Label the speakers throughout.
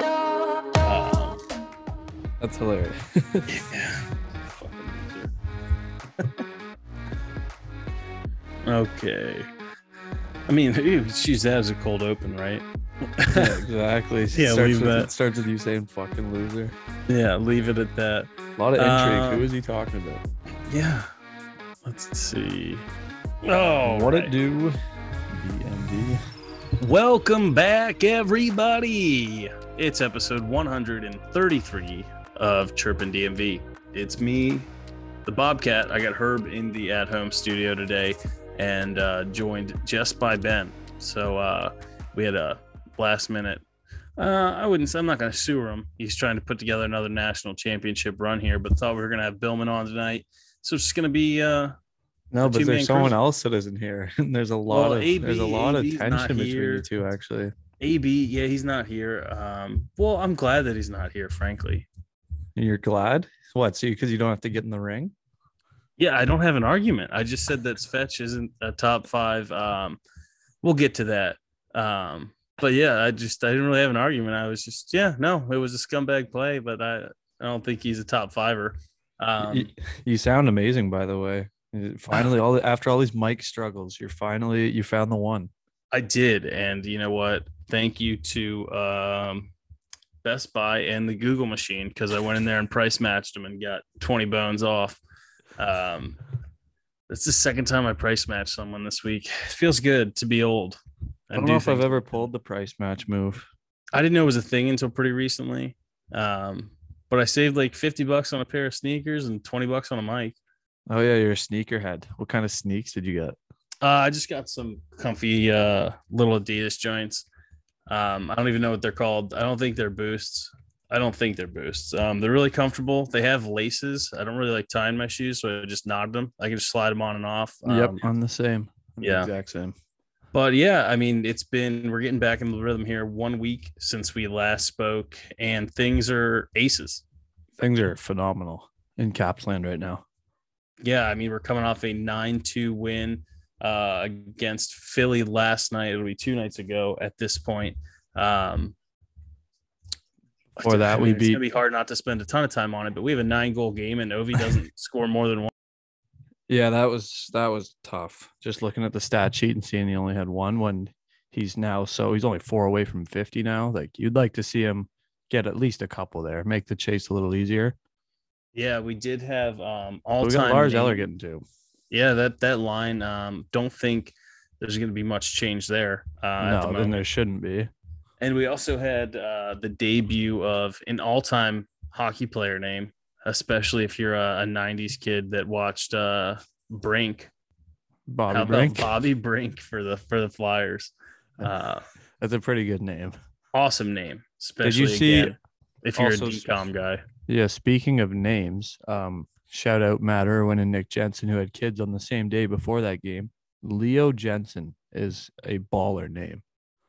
Speaker 1: Uh,
Speaker 2: That's hilarious.
Speaker 1: yeah. Fucking loser. okay. I mean, you could choose that as a cold open, right?
Speaker 2: yeah, exactly. She
Speaker 1: Yeah,
Speaker 2: starts
Speaker 1: leave
Speaker 2: with,
Speaker 1: that.
Speaker 2: it starts with you saying "fucking loser."
Speaker 1: yeah, leave it at that.
Speaker 2: A lot of intrigue.
Speaker 1: Uh,
Speaker 2: Who is he talking about?
Speaker 1: Yeah. Let's see. Oh,
Speaker 2: what
Speaker 1: right.
Speaker 2: it do? BMD.
Speaker 1: Welcome back, everybody. It's episode 133 of Chirpin DMV. It's me, the Bobcat. I got Herb in the at home studio today and uh, joined just by Ben. So uh, we had a last minute. Uh, I wouldn't. I'm not going to sue him. He's trying to put together another national championship run here, but thought we were going to have Billman on tonight. So it's just going to be uh,
Speaker 2: No,
Speaker 1: The
Speaker 2: but
Speaker 1: two-man
Speaker 2: there's someone
Speaker 1: crew.
Speaker 2: else that isn't here, and there's a lot
Speaker 1: Well,
Speaker 2: of there's a
Speaker 1: AB
Speaker 2: lot of
Speaker 1: 's not
Speaker 2: tension between
Speaker 1: here.
Speaker 2: the two. Actually,
Speaker 1: AB. Yeah, he's not here. Um, well, I'm glad that he's not here. Frankly,
Speaker 2: you're glad what? So because you don't have to get in the ring.
Speaker 1: Yeah, I don't have an argument. I just said that fetch isn't a top five. Um, we'll get to that. Um, but yeah, I just I didn't really have an argument. I was just yeah, no, it was a scumbag play, but I I don't think he's a top fiver.
Speaker 2: Y-
Speaker 1: Um,
Speaker 2: y- you, sound amazing, by the way. You- Finally, all the- after all these mic struggles, you're finally you found the one.
Speaker 1: I did, and you know what? Thank you to um, Best Buy and the Google machine because I went in there and price matched them and got twenty bones off. Um, that's the second time I price matched someone this week. It feels good to be old.
Speaker 2: I
Speaker 1: and
Speaker 2: don't
Speaker 1: do
Speaker 2: know if I've
Speaker 1: things.
Speaker 2: ever pulled the price match move.
Speaker 1: I didn't know it was a thing until pretty recently. Um, but I saved like 50 bucks on a pair of sneakers and 20 bucks on a mic.
Speaker 2: Oh yeah, you're a sneakerhead. What kind of sneaks did you get?
Speaker 1: Uh, I just got some comfy uh, little Adidas joints. Um, I don't even know what they're called. I don't think they're boosts. I don't think they're boosts. Um, they're really comfortable. They have laces. I don't really like tying my shoes, so I just knobbed them. I can just slide them on and off. Um,
Speaker 2: I'm the same. I'm the
Speaker 1: yeah.
Speaker 2: exact same.
Speaker 1: But yeah, I mean, it's been we're getting back in the rhythm here. One week since we last spoke, and things are aces.
Speaker 2: Things are phenomenal in Capsland right now.
Speaker 1: Yeah, I mean, we're coming off a 9 2 win uh, against Philly last night. It'll be two nights ago at this point. Um,
Speaker 2: Before that, we
Speaker 1: it's
Speaker 2: beat-
Speaker 1: gonna be hard not to spend a ton of time on it, but we have a nine goal game, and Ovi doesn't score more than one.
Speaker 2: Yeah, that was that was tough. Just looking at the stat sheet and seeing he only had one when he's now so he's only four away from 50 now. Like you'd like to see him get at least a couple there, make the chase a little easier.
Speaker 1: Yeah, we did have um,
Speaker 2: But
Speaker 1: all
Speaker 2: we got
Speaker 1: time.
Speaker 2: Lars Eller getting two.
Speaker 1: Yeah, that that line. Um, don't think there's going to be much change there. Uh, at the
Speaker 2: no, then
Speaker 1: moment.
Speaker 2: there shouldn't be.
Speaker 1: And we also had uh, the debut of an all time hockey player name, especially if you're a, a 90s kid that watched uh, Brink.
Speaker 2: Bobby
Speaker 1: How about
Speaker 2: Brink.
Speaker 1: Bobby Brink for the for the Flyers. Uh,
Speaker 2: That's a pretty good name.
Speaker 1: awesome name.
Speaker 2: Did
Speaker 1: Especially
Speaker 2: you see
Speaker 1: again, if you're
Speaker 2: also-
Speaker 1: a DCOM guy.
Speaker 2: Yeah, speaking of names, um, shout out Matt Irwin and Nick Jensen, who had kids on the same day before that game. Leo Jensen is a baller name.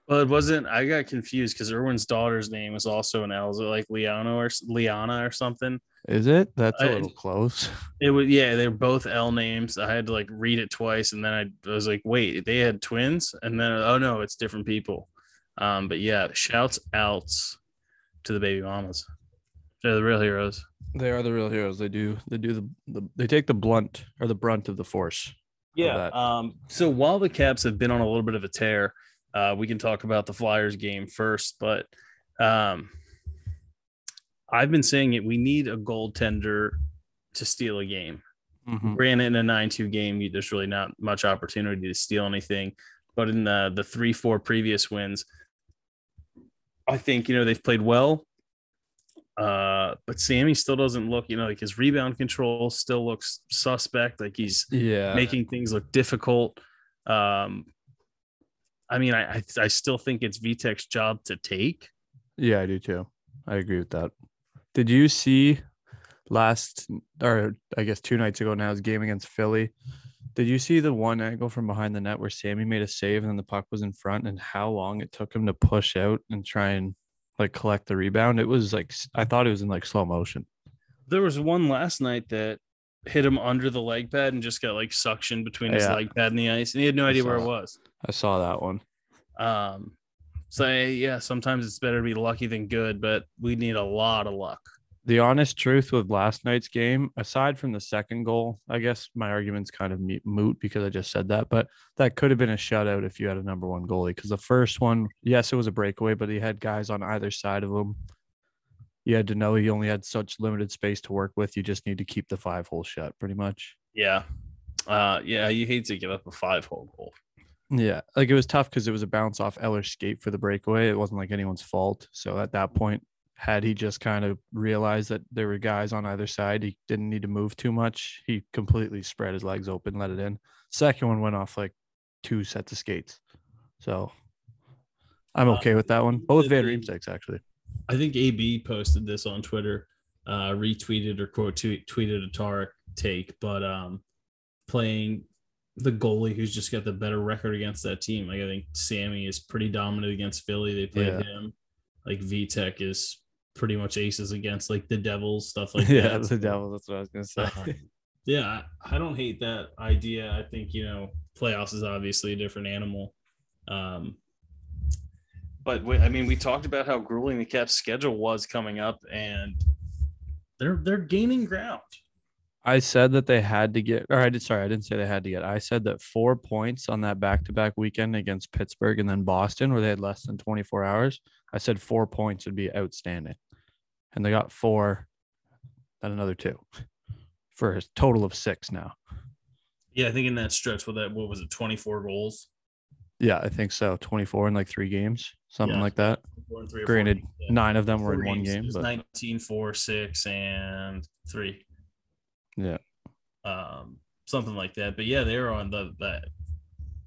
Speaker 1: Well, it wasn't. I got confused because Irwin's daughter's name was also an L. Is it like Liana or s- Liana or something?
Speaker 2: Is it? That's a
Speaker 1: I-
Speaker 2: little close.
Speaker 1: It was yeah. They're both L names. I had to like read it twice, and then I was like, wait, they had twins, and then oh no, it's different people. Um, but yeah, shouts outs to the baby mamas. They're the real heroes.
Speaker 2: They are the real heroes. They do. They do the. the they take the blunt or the brunt of the force.
Speaker 1: Yeah.
Speaker 2: that.
Speaker 1: Um, so while the Caps have been on a little bit of a tear, uh, we can talk about the Flyers game first. But um, I've been saying it. We need a goaltender to steal a game.
Speaker 2: Mm-hmm.
Speaker 1: Granted, in a nine-two game, you, there's really not much opportunity to steal anything. But in the the three-four previous wins, I think you know they've played well. Uh, but Sammy still doesn't look, you know, like his rebound control still looks suspect. Like he's
Speaker 2: Yeah.
Speaker 1: making things look difficult. Um, I mean, I, I I still think it's VTech's job to take.
Speaker 2: yeah, I do too. I agree with that. Did you see last or I guess two nights ago now his game against Philly? Did you see the one angle from behind the net where Sammy made a save and then the puck was in front and how long it took him to push out and try and like collect the rebound? It was like s- I thought it was in like slow motion.
Speaker 1: There was one last night that hit him under the leg pad and just got like suction between his
Speaker 2: Yeah.
Speaker 1: leg pad and the ice, and he had no
Speaker 2: I
Speaker 1: idea where
Speaker 2: saw
Speaker 1: it was.
Speaker 2: I saw that one.
Speaker 1: Um, so yeah, sometimes it's better to be lucky than good, but we need a lot of luck.
Speaker 2: The honest truth with last night's game, aside from the second goal, I guess my argument's kind of mo- moot because I just said that, but that could have been a shutout if you had a number one goalie. Because the first one, yes, it was a breakaway, but he had guys on either side of him. You had to know he only had such limited space to work with. You just need to keep the five hole shut, pretty much.
Speaker 1: Yeah. Uh, yeah, you hate to give up a five hole goal.
Speaker 2: Yeah, like it was tough because it was a bounce off Eller's skate for the breakaway. It wasn't like anyone's fault. So at that point, had he just kind of realized that there were guys on either side, he didn't need to move too much. He completely spread his legs open, let it in. Second one went off like two sets of skates. So I'm
Speaker 1: Uh,
Speaker 2: okay with that one. Both Van
Speaker 1: the-
Speaker 2: Riemsdyk's actually.
Speaker 1: I think AB posted this on Twitter, uh, retweeted or quote tweet, tweeted a Tarek take, but um, playing the goalie who's just got the better record against that team. Like I think Sammy is pretty dominant against Philly. They played
Speaker 2: Yeah.
Speaker 1: him. Like VTech is pretty much aces against like the Devils stuff like
Speaker 2: Oh, yeah,
Speaker 1: that.
Speaker 2: the devil. That's what I was gonna say.
Speaker 1: Uh, yeah, I I don't hate that idea. I think you know playoffs is obviously a different animal. Um, but we, I mean, we talked about how grueling the Caps' schedule was coming up, and they're they're gaining ground.
Speaker 2: I said that they had to get, or I did, sorry, I didn't say they had to get. I said that four points on that back to back weekend against Pittsburgh and then Boston, where they had less than 24 hours. I said four points would be outstanding. And they got four, then another two for a total of six now.
Speaker 1: Yeah, I think in that stretch with that, what was it, twenty four goals,
Speaker 2: Yeah, I think so. 24 in like three games, something
Speaker 1: Yeah.
Speaker 2: like that.
Speaker 1: Four and three or four
Speaker 2: Granted,
Speaker 1: games, yeah.
Speaker 2: Nine of them were
Speaker 1: Four
Speaker 2: in one
Speaker 1: games. It
Speaker 2: game,
Speaker 1: was
Speaker 2: but
Speaker 1: 19, 4, 6, and 3.
Speaker 2: Yeah.
Speaker 1: Um, something like that. But yeah, they were on the, the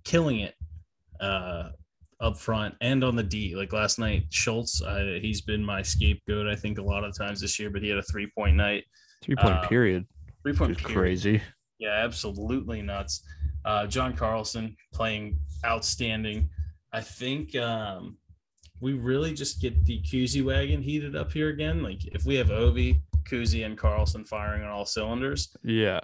Speaker 1: killing it uh, up front and on the D. Like last night, Schultz, uh, he's been my scapegoat, I think, a lot of times this year, but he had a three point night.
Speaker 2: three point
Speaker 1: uh,
Speaker 2: period
Speaker 1: Three
Speaker 2: is
Speaker 1: point
Speaker 2: crazy.
Speaker 1: yeah, absolutely nuts. Uh, John Carlson playing outstanding. I think um, we really just get the Kuzi wagon heated up here again. Like if we have Ovi, Kuzi, and Carlson firing on all cylinders,
Speaker 2: Yeah.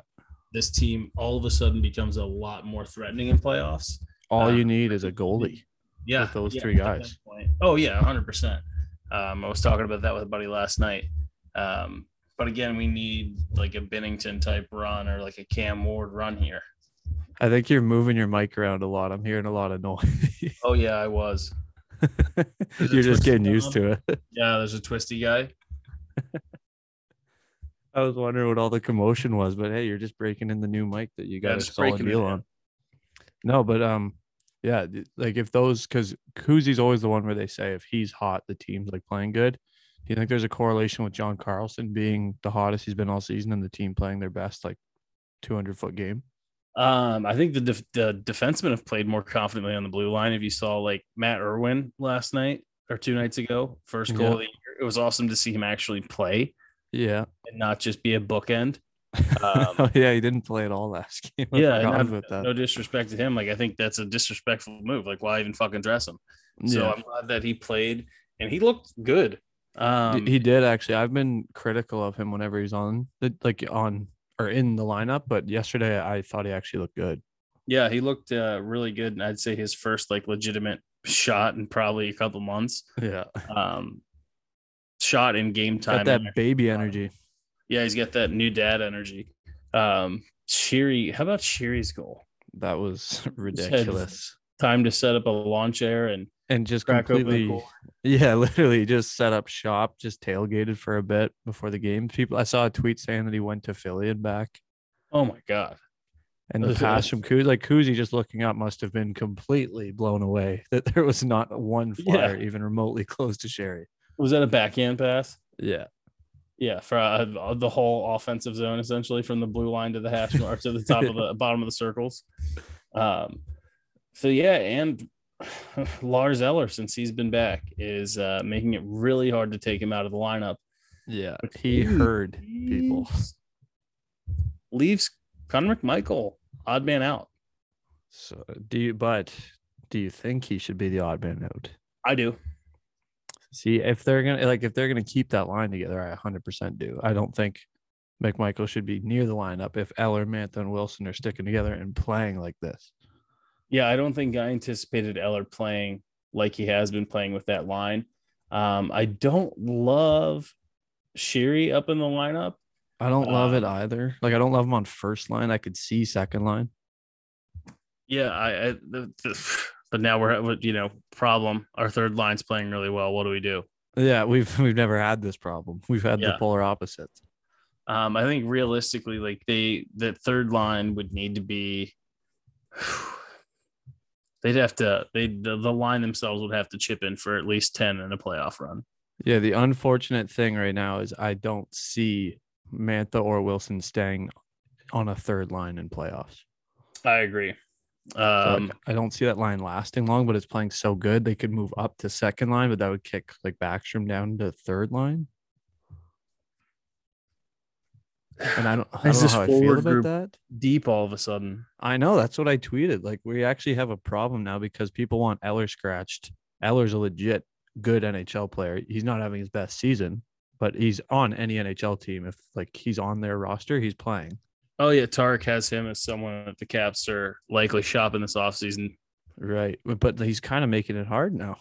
Speaker 1: this team all of a sudden becomes a lot more threatening in playoffs.
Speaker 2: All
Speaker 1: Uh,
Speaker 2: you need is a goalie.
Speaker 1: Yeah,
Speaker 2: With those
Speaker 1: yeah,
Speaker 2: three
Speaker 1: at that
Speaker 2: guys.
Speaker 1: point. Oh yeah, hundred percent. Um, I was talking about that with a buddy last night. Um, but again, we need like a Bennington type run or like a Cam Ward run here.
Speaker 2: I think you're moving your mic around a lot. I'm hearing a lot of noise.
Speaker 1: Oh yeah, I was. it
Speaker 2: You're just
Speaker 1: twisted
Speaker 2: getting
Speaker 1: down?
Speaker 2: used to it.
Speaker 1: Yeah, there's a twisty guy.
Speaker 2: I was wondering what all the commotion was, but hey, you're just breaking in the new mic that you got a
Speaker 1: just
Speaker 2: solid
Speaker 1: breaking it
Speaker 2: deal
Speaker 1: in.
Speaker 2: on. No, but um, yeah, th- like if those because Kuzi's always the one where they say if he's hot, the team's like playing good. Do you think there's a correlation with John Carlson being the hottest he's been all season and the team playing their best like 200 foot game?
Speaker 1: Um, I think the def- the defensemen have played more confidently on the blue line. If you saw like Matt Irwin last night or two nights ago, first goal
Speaker 2: Yeah.
Speaker 1: of the year, it was awesome to see him actually play
Speaker 2: Yeah,
Speaker 1: and not just be a bookend. Um,
Speaker 2: oh, yeah, he didn't play at all last game. I
Speaker 1: yeah, and
Speaker 2: forgot
Speaker 1: I'm-
Speaker 2: about that.
Speaker 1: No disrespect to him, like I think that's a disrespectful move. Like why even fucking dress him? So
Speaker 2: yeah.
Speaker 1: I'm glad that he played and he looked good.
Speaker 2: D-
Speaker 1: Um,
Speaker 2: he did actually. I've been critical of him whenever he's on the like on or in the lineup, but yesterday I thought he actually looked good.
Speaker 1: Yeah, he looked uh, really good, and I'd say his first like legitimate shot in probably a couple months.
Speaker 2: Yeah,
Speaker 1: um, shot in game
Speaker 2: got
Speaker 1: time.
Speaker 2: that baby energy.
Speaker 1: yeah, he's got that new dad energy. Um, Shiri, how about Shiri's goal?
Speaker 2: That was ridiculous.
Speaker 1: Time to set up a lawn chair and
Speaker 2: And just
Speaker 1: crack
Speaker 2: completely,
Speaker 1: open. the goal.
Speaker 2: yeah, literally just set up shop, just tailgated for a bit before the game. People, I saw a tweet saying that he went to Philly and back,
Speaker 1: Oh my god!
Speaker 2: and the
Speaker 1: Those are
Speaker 2: pass
Speaker 1: the-
Speaker 2: from Kuzi, like Kuzi just looking up, must have been completely blown away that there was not one
Speaker 1: Yeah.
Speaker 2: flyer even remotely close to Sherry.
Speaker 1: Was that a backhand pass?
Speaker 2: Yeah,
Speaker 1: Yeah, for uh, the whole offensive zone essentially, from the blue line to the hash mark to the top of the bottom of the circles. Um, so yeah, and Lars Eller, since he's been back, is uh, making it really hard to take him out of the lineup.
Speaker 2: yeah, he
Speaker 1: Kuzi-
Speaker 2: heard people.
Speaker 1: Leaves- Leaves Connor McMichael, odd man out.
Speaker 2: So do you but do you think he should be the odd man out?
Speaker 1: I do.
Speaker 2: See if they're gonna like if they're gonna keep that line together, I 100 percent do. I don't think McMichael should be near the lineup if Eller, Mantha, and Wilson are sticking together and playing like this.
Speaker 1: Yeah, I don't think I anticipated Eller playing like he has been playing with that line. Um, I don't love Sherry up in the lineup.
Speaker 2: I don't love it either. Like I don't love him on first line. I could see second line.
Speaker 1: Yeah, I, I the, the, but now we're you know problem. Our third line's playing really well. What do we do?
Speaker 2: Yeah, we've we've never had this problem. We've had
Speaker 1: Yeah.
Speaker 2: the polar opposites.
Speaker 1: Um, I think realistically, like they the third line would need to be. They'd have to they the, the line themselves would have to chip in for at least ten in a playoff run.
Speaker 2: Yeah, the unfortunate thing right now is I don't see Mantha or Wilson staying on a third line in playoffs.
Speaker 1: I agree.
Speaker 2: So, like,
Speaker 1: Um,
Speaker 2: I don't see that line lasting long, but it's playing so good they could move up to second line, but that would kick like Backstrom down to third line. And I don't, I
Speaker 1: Is
Speaker 2: don't know
Speaker 1: this
Speaker 2: how I feel
Speaker 1: forward
Speaker 2: about
Speaker 1: group-
Speaker 2: that.
Speaker 1: deep all of a sudden.
Speaker 2: I know that's what I tweeted. Like we actually have a problem now because people want Eller scratched. Eller's a legit good NHL player. He's not having his best season, but he's on any NHL team. If like he's on their roster, he's playing.
Speaker 1: Oh yeah, Tarek has him as someone that the Caps are likely shopping this offseason.
Speaker 2: Right. But he's kind of making it hard now.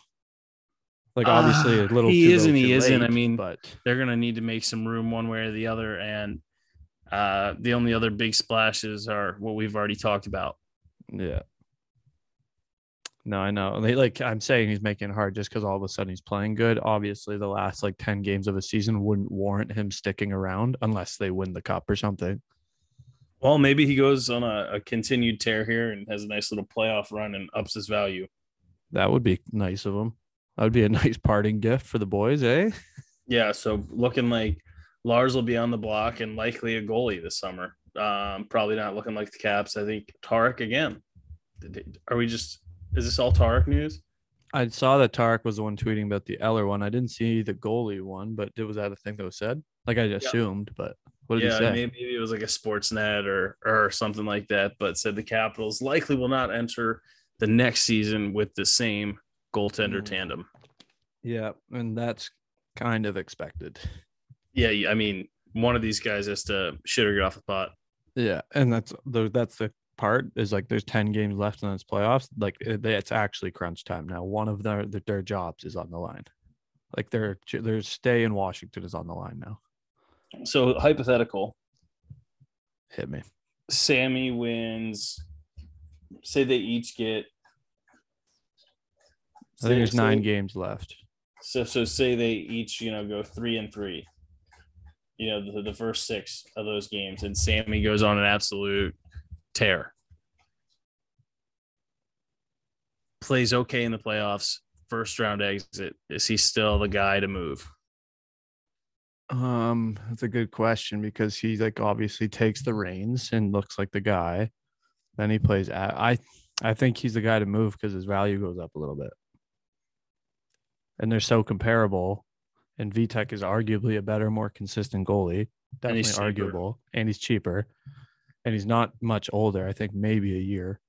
Speaker 2: Like obviously
Speaker 1: Ah,
Speaker 2: a little
Speaker 1: he
Speaker 2: too
Speaker 1: is
Speaker 2: little
Speaker 1: and
Speaker 2: too
Speaker 1: he isn't. I
Speaker 2: late,
Speaker 1: mean,
Speaker 2: but
Speaker 1: They're gonna need to make some room one way or the other, and uh, the only other big splashes are what we've already talked about.
Speaker 2: yeah. No, I know. They, like I'm saying he's making it hard just because all of a sudden he's playing good. Obviously, the last like 10 games of a season wouldn't warrant him sticking around unless they win the cup or something.
Speaker 1: Well, maybe he goes on a, a continued tear here and has a nice little playoff run and ups his value.
Speaker 2: That would be nice of him. That would be a nice parting gift for the boys, eh?
Speaker 1: Yeah, so looking like Lars will be on the block and likely a goalie this summer. Um, probably not looking like the Caps. I think Tarek again. Are we just? Is this all Tarek news?
Speaker 2: I saw that Tarek was the one tweeting about the Eller one. I didn't see the goalie one, but it was that a thing that was said? Like I assumed, but what did
Speaker 1: yeah,
Speaker 2: he say?
Speaker 1: may- maybe it was like a sports net or or something like that, but said the Capitals likely will not enter the next season with the same goaltender
Speaker 2: Mm.
Speaker 1: tandem.
Speaker 2: yeah, and that's kind of expected.
Speaker 1: Yeah, you- I mean, one of these guys has to shit or get off the pot.
Speaker 2: Yeah, and that's the that's the part is like there's 10 games left in this playoffs. Like it, they- it's actually crunch time now. One of their their jobs is on the line. Like their their stay in Washington is on the line now.
Speaker 1: So hypothetical,
Speaker 2: Hit me.
Speaker 1: Sammy wins. Say they each get.
Speaker 2: I think there's
Speaker 1: say-
Speaker 2: nine games left.
Speaker 1: So so say they each you know go three and three. You know the, the first six of those games, and Sammy goes on an absolute tear. Plays okay in the playoffs. First round exit. Is he still the guy to move?
Speaker 2: Um, that's a good question because he like obviously takes the reins and looks like the guy. Then he plays. At, I I think he's the guy to move because his value goes up a little bit, and they're so comparable. And Vitek is arguably a better, more consistent goalie.
Speaker 1: And
Speaker 2: Definitely
Speaker 1: he's cheaper.
Speaker 2: arguable, and he's cheaper, and he's not much older. I think maybe a year.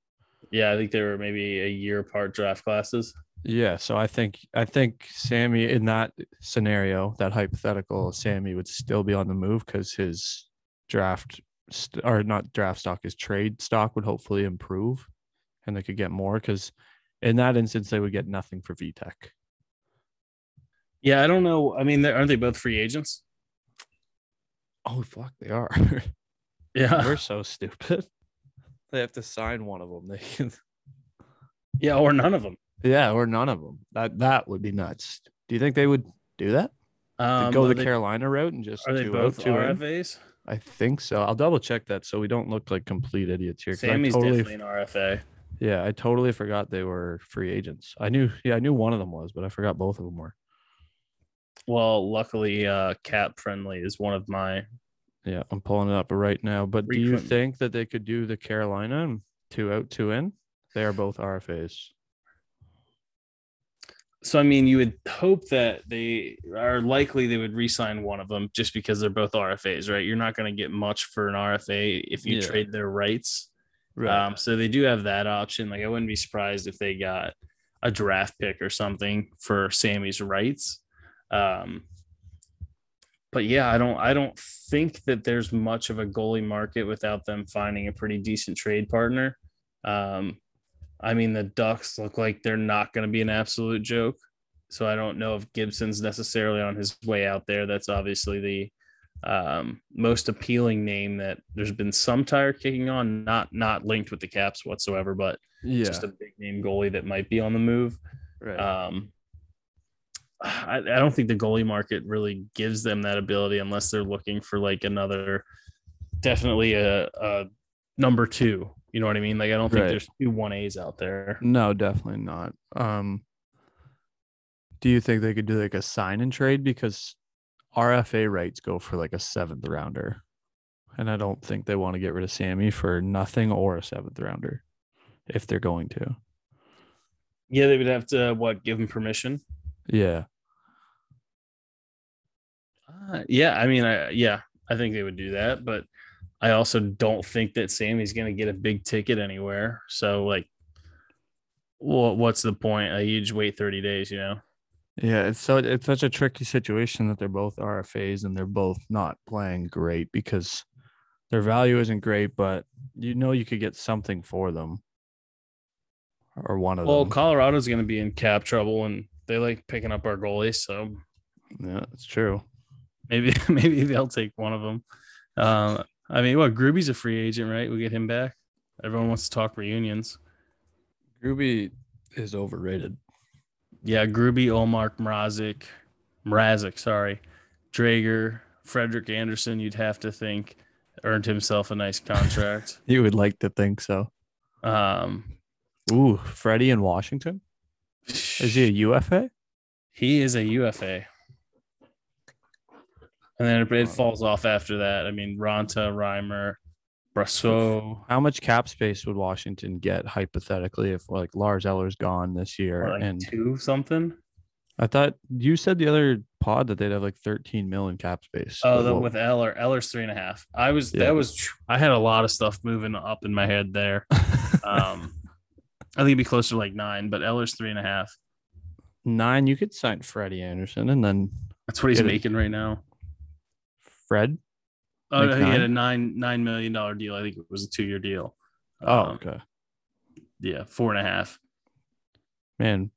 Speaker 1: Yeah, I think they were maybe a year apart draft classes.
Speaker 2: Yeah, so I think I think Sammy in that scenario, that hypothetical, Sammy would still be on the move because his draft st- or not draft stock, his trade stock would hopefully improve, and they could get more because in that instance they would get nothing for VTech.
Speaker 1: Yeah, I don't know. I mean, they- aren't they both free agents?
Speaker 2: Oh fuck, they are.
Speaker 1: Yeah,
Speaker 2: We're so stupid. They have to sign one of them. They can,
Speaker 1: yeah, or none of them.
Speaker 2: yeah, or none of them. That that would be nuts. Do you think they would do that? To
Speaker 1: Um,
Speaker 2: go
Speaker 1: are
Speaker 2: the
Speaker 1: they-
Speaker 2: Carolina route and just
Speaker 1: Are they
Speaker 2: two out,
Speaker 1: both
Speaker 2: two oh in?
Speaker 1: RFAs?
Speaker 2: I think so. I'll double check that so we don't look like complete idiots here. 'cause I
Speaker 1: Sammy's
Speaker 2: totally,
Speaker 1: definitely an RFA.
Speaker 2: yeah, I totally forgot they were free agents. I knew, yeah, I knew one of them was, but I forgot both of them were.
Speaker 1: Well, luckily, uh, cat friendly is one of my.
Speaker 2: Yeah, I'm pulling it up right now. But do you
Speaker 1: Recruitment.
Speaker 2: think that they could do the Carolina and two out, two in? They are both RFAs.
Speaker 1: So I mean, you would hope that they are likely they would re-sign one of them just because they're both RFAs, right? You're not going to get much for an RFA if you
Speaker 2: Yeah.
Speaker 1: trade their rights. Um, so they do have that option. Like I wouldn't be surprised if they got a draft pick or something for Sammy's rights. Um, but yeah, I don't I don't think that there's much of a goalie market without them finding a pretty decent trade partner. Um, I mean, the Ducks look like they're not going to be an absolute joke, so I don't know if Gibson's necessarily on his way out there. That's obviously the um, most appealing name that there's been some tire kicking on, not not linked with the Caps whatsoever, but
Speaker 2: Yeah.
Speaker 1: just a big name goalie that might be on the move.
Speaker 2: right.
Speaker 1: Um, I, I don't think the goalie market really gives them that ability unless they're looking for like another, definitely a, a number two. You know what I mean? Like I don't think
Speaker 2: Right.
Speaker 1: there's two one A's out there.
Speaker 2: no, definitely not. Um, do you think they could do like a sign and trade because RFA rights go for like a seventh rounder, and I don't think they want to get rid of Sammy for nothing or a seventh rounder, if they're going to.
Speaker 1: Yeah, they would have to what give him permission.
Speaker 2: Yeah.
Speaker 1: Uh, yeah, I mean, I yeah, I think they would do that, but I also don't think that Sammy's going to get a big ticket anywhere. So like, what what's the point? A huge wait thirty days, you know?
Speaker 2: Yeah, it's so it's such a tricky situation that they're both RFAs and they're both not playing great because their value isn't great, but you know you could get something for them or one of
Speaker 1: Well,
Speaker 2: them.
Speaker 1: Colorado's going to be in cap trouble, and they like picking up our goalies, so
Speaker 2: yeah, that's true.
Speaker 1: maybe maybe they'll take one of them. Um, I mean, what Gruby's a free agent, right? We get him back. Everyone wants to talk reunions.
Speaker 2: Ruby is overrated.
Speaker 1: Yeah, Gruby, Olmark, Mrazek, Mrazek, sorry, Drager, Frederick Anderson. You'd have to think earned himself a nice contract.
Speaker 2: You would like to think so.
Speaker 1: um,
Speaker 2: Ooh, Freddie in Washington? Is he a UFA?
Speaker 1: He is a UFA. And then it, it falls off after that. I mean, Ronta, Reimer, Brasso,
Speaker 2: How much cap space would Washington get hypothetically if like Lars Eller's gone this year
Speaker 1: like
Speaker 2: and
Speaker 1: two something.
Speaker 2: I thought you said the other pod that they'd have like 13 mil in cap space.
Speaker 1: Oh,
Speaker 2: Or
Speaker 1: the,
Speaker 2: what-
Speaker 1: with Eller, Eller's three and a half. I was
Speaker 2: Yeah.
Speaker 1: that was I had a lot of stuff moving up in my head there. Um, I think it'd be closer to like nine, but Eller's three and a half.
Speaker 2: nine, you could sign Freddie Anderson and then
Speaker 1: That's what he's
Speaker 2: Get it.
Speaker 1: making right now.
Speaker 2: Fred.
Speaker 1: Oh,
Speaker 2: Make
Speaker 1: no, he had a nine nine million dollar deal. I think it was a two year deal.
Speaker 2: Oh,
Speaker 1: Um,
Speaker 2: okay.
Speaker 1: yeah, four and a half.
Speaker 2: Man,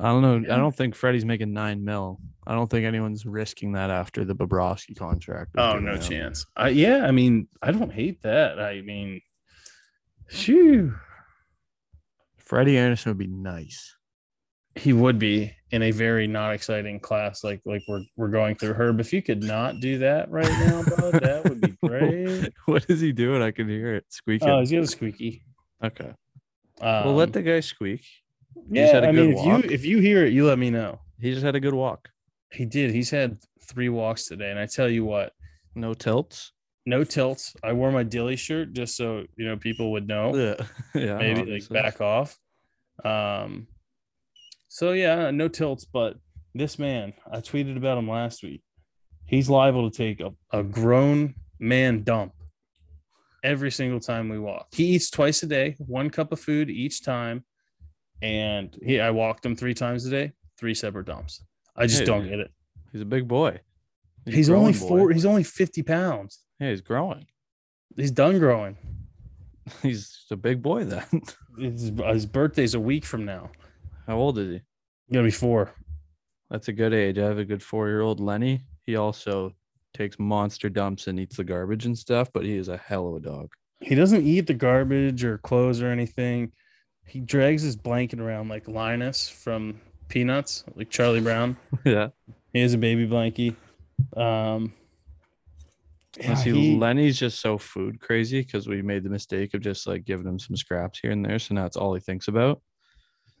Speaker 2: I don't know.
Speaker 1: Yeah.
Speaker 2: I don't think Freddie's making nine mil. I don't think anyone's risking that after the Bobrovsky contract. was
Speaker 1: Oh,
Speaker 2: given
Speaker 1: no
Speaker 2: out.
Speaker 1: chance. I, yeah, I mean, I don't hate that. I mean, shoo,
Speaker 2: Freddie Anderson would be nice.
Speaker 1: he would be in a very not exciting class like like we're we're going through. Herb, if you could not do that right now, bud, that would be great.
Speaker 2: what is he doing? I can hear it squeaking.
Speaker 1: Oh, he's getting squeaky.
Speaker 2: okay.
Speaker 1: Um,
Speaker 2: well, let the guy squeak. he's
Speaker 1: yeah.
Speaker 2: had a
Speaker 1: I mean,
Speaker 2: good
Speaker 1: if
Speaker 2: walk.
Speaker 1: you if you hear it, you let me know.
Speaker 2: He just had a good walk.
Speaker 1: He did. He's had three walks today, and I tell you what,
Speaker 2: No tilts.
Speaker 1: no tilts. I wore my dilly shirt just so you know people would know.
Speaker 2: Yeah. yeah.
Speaker 1: maybe
Speaker 2: obviously.
Speaker 1: like back off. Um, so yeah, no tilts, but this man, I tweeted about him last week. He's liable to take a, a grown man dump every single time we walk. He eats twice a day, one cup of food each time, and he I walked him three times a day, three separate dumps. I just
Speaker 2: Hey,
Speaker 1: don't get it.
Speaker 2: He's a big boy. a
Speaker 1: He's only
Speaker 2: growing boy.
Speaker 1: four. He's only fifty pounds.
Speaker 2: Yeah, he's growing.
Speaker 1: He's done growing.
Speaker 2: He's a big boy then.
Speaker 1: His, his birthday's a week from now.
Speaker 2: How old is he?
Speaker 1: Gonna be four.
Speaker 2: That's a good age. I have a good four year old Lenny. He also takes monster dumps and eats the garbage and stuff, but he is a hell of a dog.
Speaker 1: he doesn't eat the garbage or clothes or anything. He drags his blanket around like Linus from Peanuts, like Charlie Brown.
Speaker 2: yeah.
Speaker 1: He is a baby blankie. Um, yeah,
Speaker 2: See,
Speaker 1: he-
Speaker 2: Lenny's just so food crazy because we made the mistake of just like giving him some scraps here and there. So now it's all he thinks about.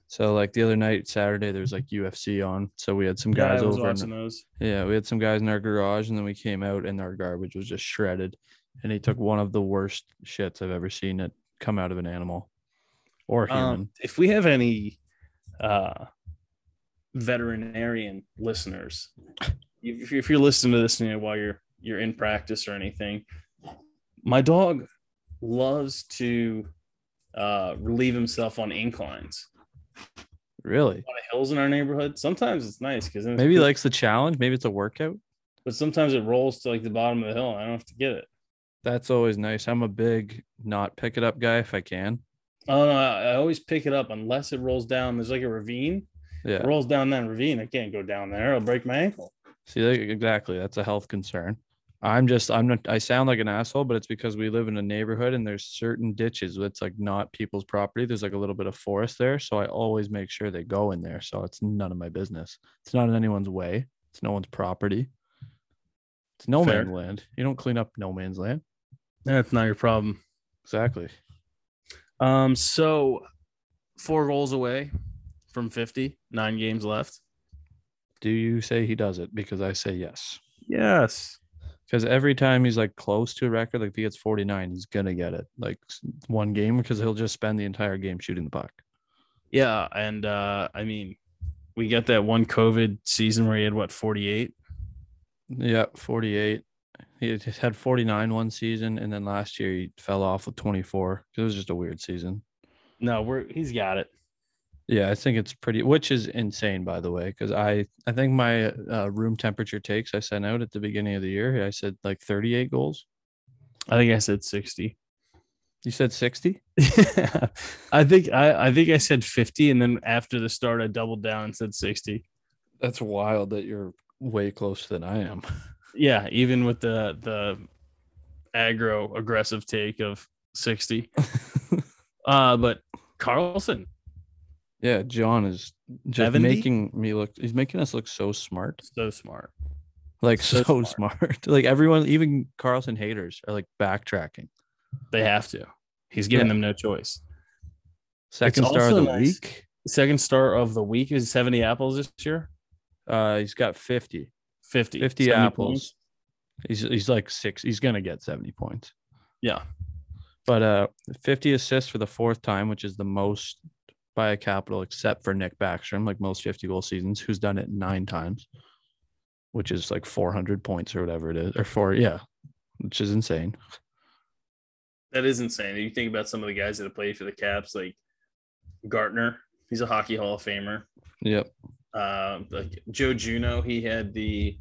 Speaker 2: So like the other night, Saturday, there was like UFC on. So we had some
Speaker 1: yeah,
Speaker 2: guys
Speaker 1: I was
Speaker 2: over. and-
Speaker 1: watching those.
Speaker 2: Yeah, we had some guys in our garage, and then we came out, and our garbage was just shredded. And he took one of the worst shits I've ever seen it come out of an animal or human.
Speaker 1: Um, if we have any uh, veterinarian listeners, if, if you're listening to this you know, while you're you're in practice or anything, my dog loves to uh, relieve himself on inclines.
Speaker 2: really?
Speaker 1: lot of hills in our neighborhood. Sometimes it's nice because
Speaker 2: Maybe he likes the challenge. Maybe it's a workout.
Speaker 1: but sometimes it rolls to like the bottom of the hill. And I don't have to get it.
Speaker 2: That's always nice. I'm a big not pick it up guy if I can.
Speaker 1: Oh no, I, I always pick it up unless it rolls down. There's like a ravine. It
Speaker 2: Yeah.
Speaker 1: rolls down that ravine. I can't go down there. I'll break my ankle.
Speaker 2: See, that- exactly. That's a health concern. I'm just, I'm not, I sound like an asshole, but it's because we live in a neighborhood and there's certain ditches that's like not people's property. There's like a little bit of forest there. So I always make sure they go in there. So it's none of my business. It's not in anyone's way. It's no one's property. It's no
Speaker 1: Fair.
Speaker 2: man's land. You don't clean up no man's land.
Speaker 1: That's not your problem.
Speaker 2: Exactly.
Speaker 1: Um, so four goals away from 50, nine games left.
Speaker 2: Do you say he does it? Because I say yes.
Speaker 1: Yes.
Speaker 2: Because every time he's like close to a record, like if he gets 49, he's going to get it like s- one game because he'll just spend the entire game shooting the puck.
Speaker 1: Yeah. And uh, I mean, we got that one COVID season where he had what 48?
Speaker 2: Yeah, 48. He had just had 49 one season, and then last year he fell off with 24. It was just a weird season.
Speaker 1: No, we're he's got it.
Speaker 2: Yeah, I think it's pretty, which is insane, by the way, because I I think my uh, room temperature takes I sent out at the beginning of the year. I said like 38 goals.
Speaker 1: I think I said 60.
Speaker 2: You said 60.
Speaker 1: I think I, I think I said 50, and then after the start, I doubled down and said 60.
Speaker 2: That's wild that you're way closer than I am.
Speaker 1: Yeah, even with the the aggro aggressive take of 60. Uh, but Carlson,
Speaker 2: yeah, John is just
Speaker 1: 70?
Speaker 2: making me look. He's making us look so smart.
Speaker 1: so smart.
Speaker 2: Like
Speaker 1: So
Speaker 2: so,
Speaker 1: smart.
Speaker 2: smart. Like everyone, even Carlson haters are like backtracking.
Speaker 1: They have to. He's giving
Speaker 2: Yeah.
Speaker 1: them no choice.
Speaker 2: Second star of
Speaker 1: also
Speaker 2: the
Speaker 1: nice-
Speaker 2: week.
Speaker 1: Second star of the week is 70 apples this year.
Speaker 2: Uh, he's got 50.
Speaker 1: 50.
Speaker 2: 50
Speaker 1: 70
Speaker 2: apples.
Speaker 1: points.
Speaker 2: He's he's like six. He's gonna get 70 points.
Speaker 1: Yeah.
Speaker 2: But uh, 50 assists for the fourth time, which is the most by a capital, except for Nick Backstrom, like most 50 goal seasons, who's done it nine times, which is like 400 points or whatever it is, or four, yeah, which is insane.
Speaker 1: That is insane. You think about some of the guys that have played for the Caps, like Gartner, he's a hockey Hall of Famer.
Speaker 2: Yep.
Speaker 1: Uh, like Joe Juno, he had the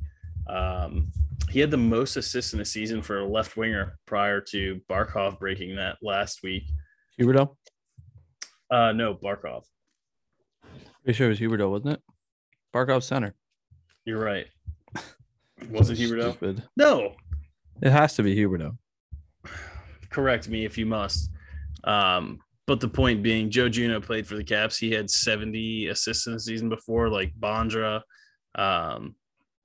Speaker 1: um, he had the most assists in a season for a left winger prior to Barkov breaking that last week.
Speaker 2: Huberto.
Speaker 1: Uh, no, Barkov.
Speaker 2: Pretty sure it was Huberto, wasn't it? Barkov center.
Speaker 1: You're right. Was it
Speaker 2: So
Speaker 1: Huberto?
Speaker 2: stupid.
Speaker 1: No.
Speaker 2: It has to be Huberto.
Speaker 1: Correct me if you must. Um, but the point being, Joe Juno played for the Caps. He had 70 assists in the season before, like Bondra. Um,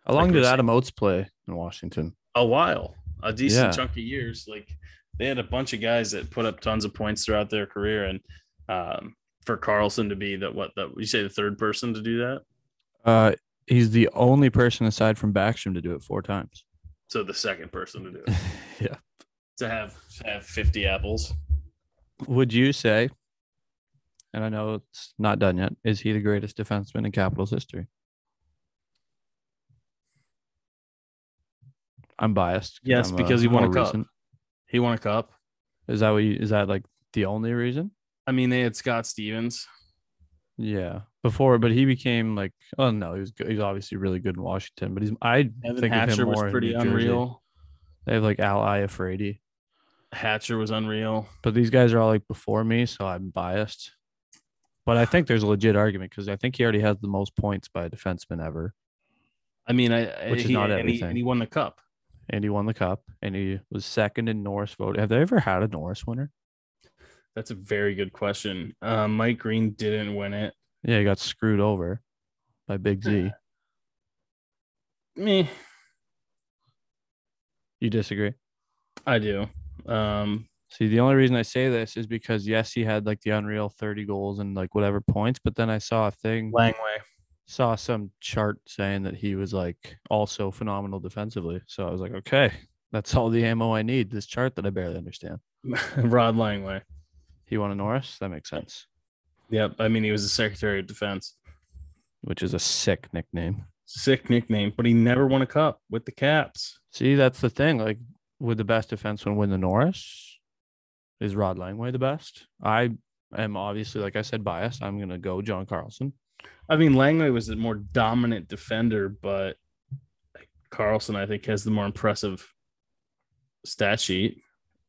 Speaker 2: How
Speaker 1: Like
Speaker 2: long
Speaker 1: we
Speaker 2: did
Speaker 1: were saying.
Speaker 2: Adam Oates play in Washington?
Speaker 1: a while, a decent
Speaker 2: Yeah.
Speaker 1: chunk of years. Like they had a bunch of guys that put up tons of points throughout their career, and um, for Carlson to be the what the you say the third person to do that,
Speaker 2: Uh, he's the only person aside from Backstrom to do it four times.
Speaker 1: so the second person to do it
Speaker 2: yeah.
Speaker 1: to have to have fifty apples.
Speaker 2: Would you say, and I know it's not done yet, is he the greatest defenseman in Capitals history? I'm biased.
Speaker 1: Yes,
Speaker 2: I'm
Speaker 1: because he won
Speaker 2: I'm
Speaker 1: a cup. He won a cup.
Speaker 2: Is that what you, is that like the only reason?
Speaker 1: I mean, they had Scott Stevens.
Speaker 2: Yeah. Before, but he became like, oh no, he was good. he's obviously really good in Washington, but he's I
Speaker 1: Evan
Speaker 2: think of
Speaker 1: Hatcher
Speaker 2: him more
Speaker 1: was
Speaker 2: in
Speaker 1: pretty
Speaker 2: New Jersey.
Speaker 1: unreal.
Speaker 2: They have like Al Iafredi,
Speaker 1: Hatcher was unreal.
Speaker 2: but these guys are all like before me, so I'm biased. But I think there's a legit argument because I think he already has the most points by a defenseman ever.
Speaker 1: I mean, I
Speaker 2: Which is
Speaker 1: he-
Speaker 2: not
Speaker 1: and he,
Speaker 2: everything.
Speaker 1: and he won the cup.
Speaker 2: and he won the cup and he was second in Norris vote. Have they ever had a Norris winner?
Speaker 1: That's a very good question. Uh, Mike Green didn't win it.
Speaker 2: Yeah, he got screwed over by Big Z.
Speaker 1: Meh.
Speaker 2: You disagree?
Speaker 1: I do. Um,
Speaker 2: See, the only reason I say this is because yes, he had like the unreal 30 goals and like whatever points, but then I saw a thing,
Speaker 1: Langway.
Speaker 2: saw some chart saying that he was like also phenomenal defensively. So I was like, okay, that's all the ammo I need. This chart that I barely understand.
Speaker 1: Rod Langway.
Speaker 2: He won a Norris. That makes sense,
Speaker 1: Yep. I mean, he was the Secretary of Defense.
Speaker 2: which is a sick nickname.
Speaker 1: Sick nickname, but he never won a cup with the Caps.
Speaker 2: See, that's the thing. Like, would the best defenseman win the Norris? Is Rod Langway the best? I am obviously, like I said, biased. I'm gonna go John Carlson.
Speaker 1: I mean, Langway was the more dominant defender, but Carlson, I think, has the more impressive stat sheet.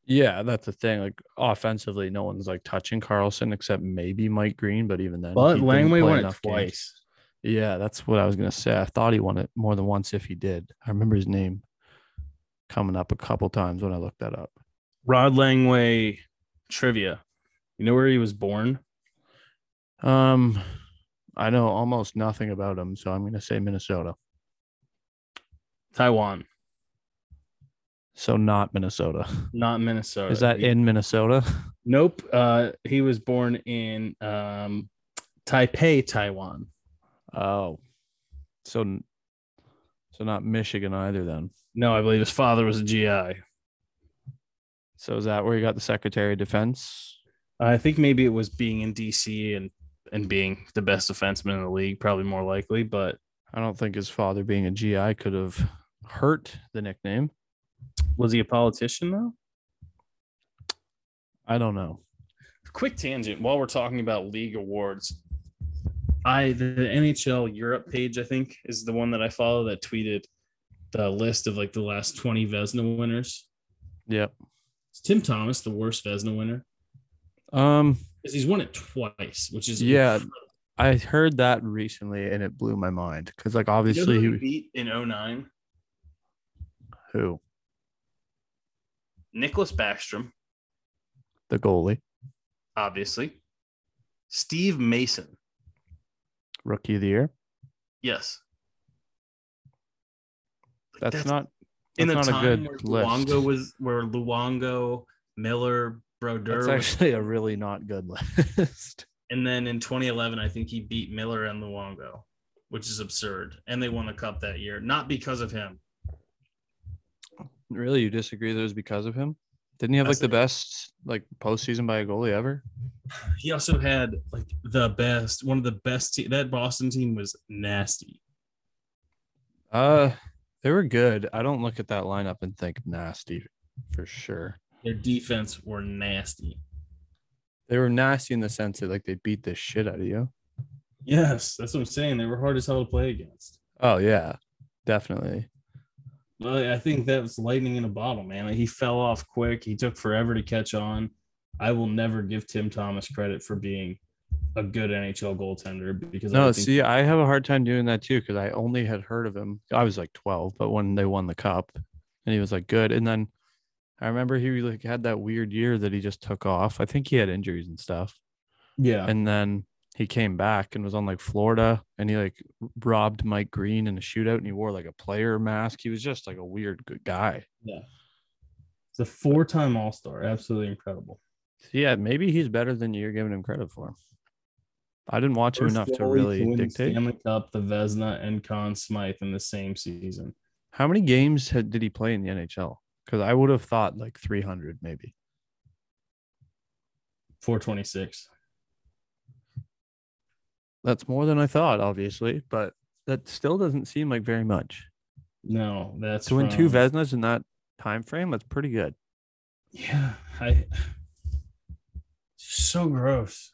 Speaker 2: Yeah, that's the thing. Like offensively, no one's like touching Carlson except maybe Mike Green, but even then, he
Speaker 1: But
Speaker 2: didn't
Speaker 1: Langway
Speaker 2: play
Speaker 1: won it
Speaker 2: enough games.
Speaker 1: twice.
Speaker 2: Yeah, that's what I was gonna say. I thought he won it more than once. If he did, I remember his name coming up a couple times when I looked that up.
Speaker 1: Rod Langway trivia. You know where he was born?
Speaker 2: Um, I know almost nothing about him, so I'm gonna say Minnesota.
Speaker 1: Taiwan,
Speaker 2: So not Minnesota.
Speaker 1: not Minnesota.
Speaker 2: Is that in Minnesota?
Speaker 1: Nope. Uh, he was born in um, Taipei, Taiwan.
Speaker 2: Oh, so n- so not Michigan either then.
Speaker 1: No, I believe his father was a GI.
Speaker 2: So is that where you got the Secretary of Defense?
Speaker 1: I think maybe it was being in DC and and being the best defenseman in the league, probably more likely. But
Speaker 2: I don't think his father being a GI could have hurt the nickname.
Speaker 1: was he a politician though?
Speaker 2: I don't know.
Speaker 1: Quick tangent. While we're talking about league awards, I the NHL Europe page I think is the one that I follow that tweeted the list of like the last twenty Vesna winners.
Speaker 2: Yep.
Speaker 1: It's Tim Thomas, the worst Vesna winner,
Speaker 2: Um,
Speaker 1: because he's won it twice, which is
Speaker 2: Yeah, I heard that recently and it blew my mind because, like,
Speaker 1: You know
Speaker 2: obviously,
Speaker 1: who
Speaker 2: he,
Speaker 1: he beat in 09?
Speaker 2: who
Speaker 1: Nicholas Backstrom,
Speaker 2: the goalie,
Speaker 1: obviously. Steve Mason.
Speaker 2: rookie of the year.
Speaker 1: Yes. Like,
Speaker 2: That's, not
Speaker 1: in
Speaker 2: that's
Speaker 1: the
Speaker 2: not a
Speaker 1: time
Speaker 2: good
Speaker 1: where
Speaker 2: list.
Speaker 1: Luongo was where Luongo, Miller, Brodeur,
Speaker 2: that's
Speaker 1: was-
Speaker 2: actually a really not good list.
Speaker 1: and then in 2011, I think he beat Miller and Luongo, which is absurd. And they won the cup that year, not because of him.
Speaker 2: really, you disagree that it was because of him? Didn't he have
Speaker 1: I
Speaker 2: like the
Speaker 1: said-
Speaker 2: best like postseason by a goalie ever?
Speaker 1: He also had like the best, one of the best. Te- that Boston team was nasty.
Speaker 2: Uh, they were good. I don't look at that lineup and think nasty for sure.
Speaker 1: Their defense were nasty.
Speaker 2: They were nasty in the sense that like they beat the shit out of you.
Speaker 1: Yes, that's what I'm saying. They were hard as hell to play against.
Speaker 2: Oh yeah, definitely.
Speaker 1: Well, I think that was lightning in a bottle, man. Like, he fell off quick. He took forever to catch on. I will never give Tim Thomas credit for being a good NHL goaltender because I
Speaker 2: No,
Speaker 1: don't think-
Speaker 2: see, I have a hard time doing that too because I only had heard of him. I was like 12, but when they won the cup, and he was like good, and then I remember he like had that weird year that he just took off. I think he had injuries and stuff,
Speaker 1: yeah,
Speaker 2: and then he came back and was on like Florida, and he like robbed Mike Green in a shootout, and he wore like a player mask. He was just like a weird good guy.
Speaker 1: yeah. He's a four-time All-Star, absolutely incredible.
Speaker 2: So yeah, maybe he's better than you're giving him credit for. I didn't watch him
Speaker 1: First
Speaker 2: enough to
Speaker 1: goalie
Speaker 2: really
Speaker 1: win
Speaker 2: dictate.
Speaker 1: Stanley Cup, the Vesna, and Conn Smythe in the same season.
Speaker 2: How many games had, did he play in the NHL? Because I would have thought like 300 maybe.
Speaker 1: 426.
Speaker 2: That's more than I thought, obviously, but that still doesn't seem like very much.
Speaker 1: No, that's
Speaker 2: To win two
Speaker 1: from-
Speaker 2: Vesnas in that time frame, that's pretty good.
Speaker 1: Yeah, I. So gross.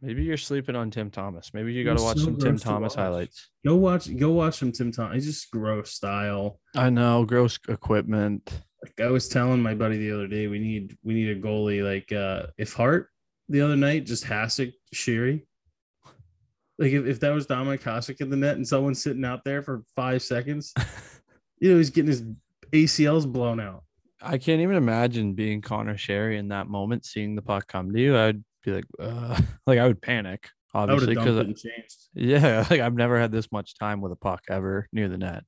Speaker 2: Maybe you're sleeping on Tim Thomas. Maybe you
Speaker 1: He
Speaker 2: got to
Speaker 1: was
Speaker 2: watch
Speaker 1: so
Speaker 2: some Tim
Speaker 1: gross to
Speaker 2: Thomas
Speaker 1: watch.
Speaker 2: highlights.
Speaker 1: Go watch. Go watch some Tim Tom. He's just gross style.
Speaker 2: I know, gross equipment.
Speaker 1: Like I was telling my buddy the other day, we need we need a goalie. Like uh if Hart the other night just Hasek Shiri. Like if, if that was Dominic Hasek in the net and someone's sitting out there for five seconds, you know he's getting his ACLs blown out.
Speaker 2: I can't even imagine being Connor Sherry in that moment, seeing the puck come to you. I'd be like, uh, like I would panic,
Speaker 1: I would
Speaker 2: obviously,
Speaker 1: have dumped it
Speaker 2: because
Speaker 1: and changed.
Speaker 2: yeah, like I've never had this much time with a puck ever near the net.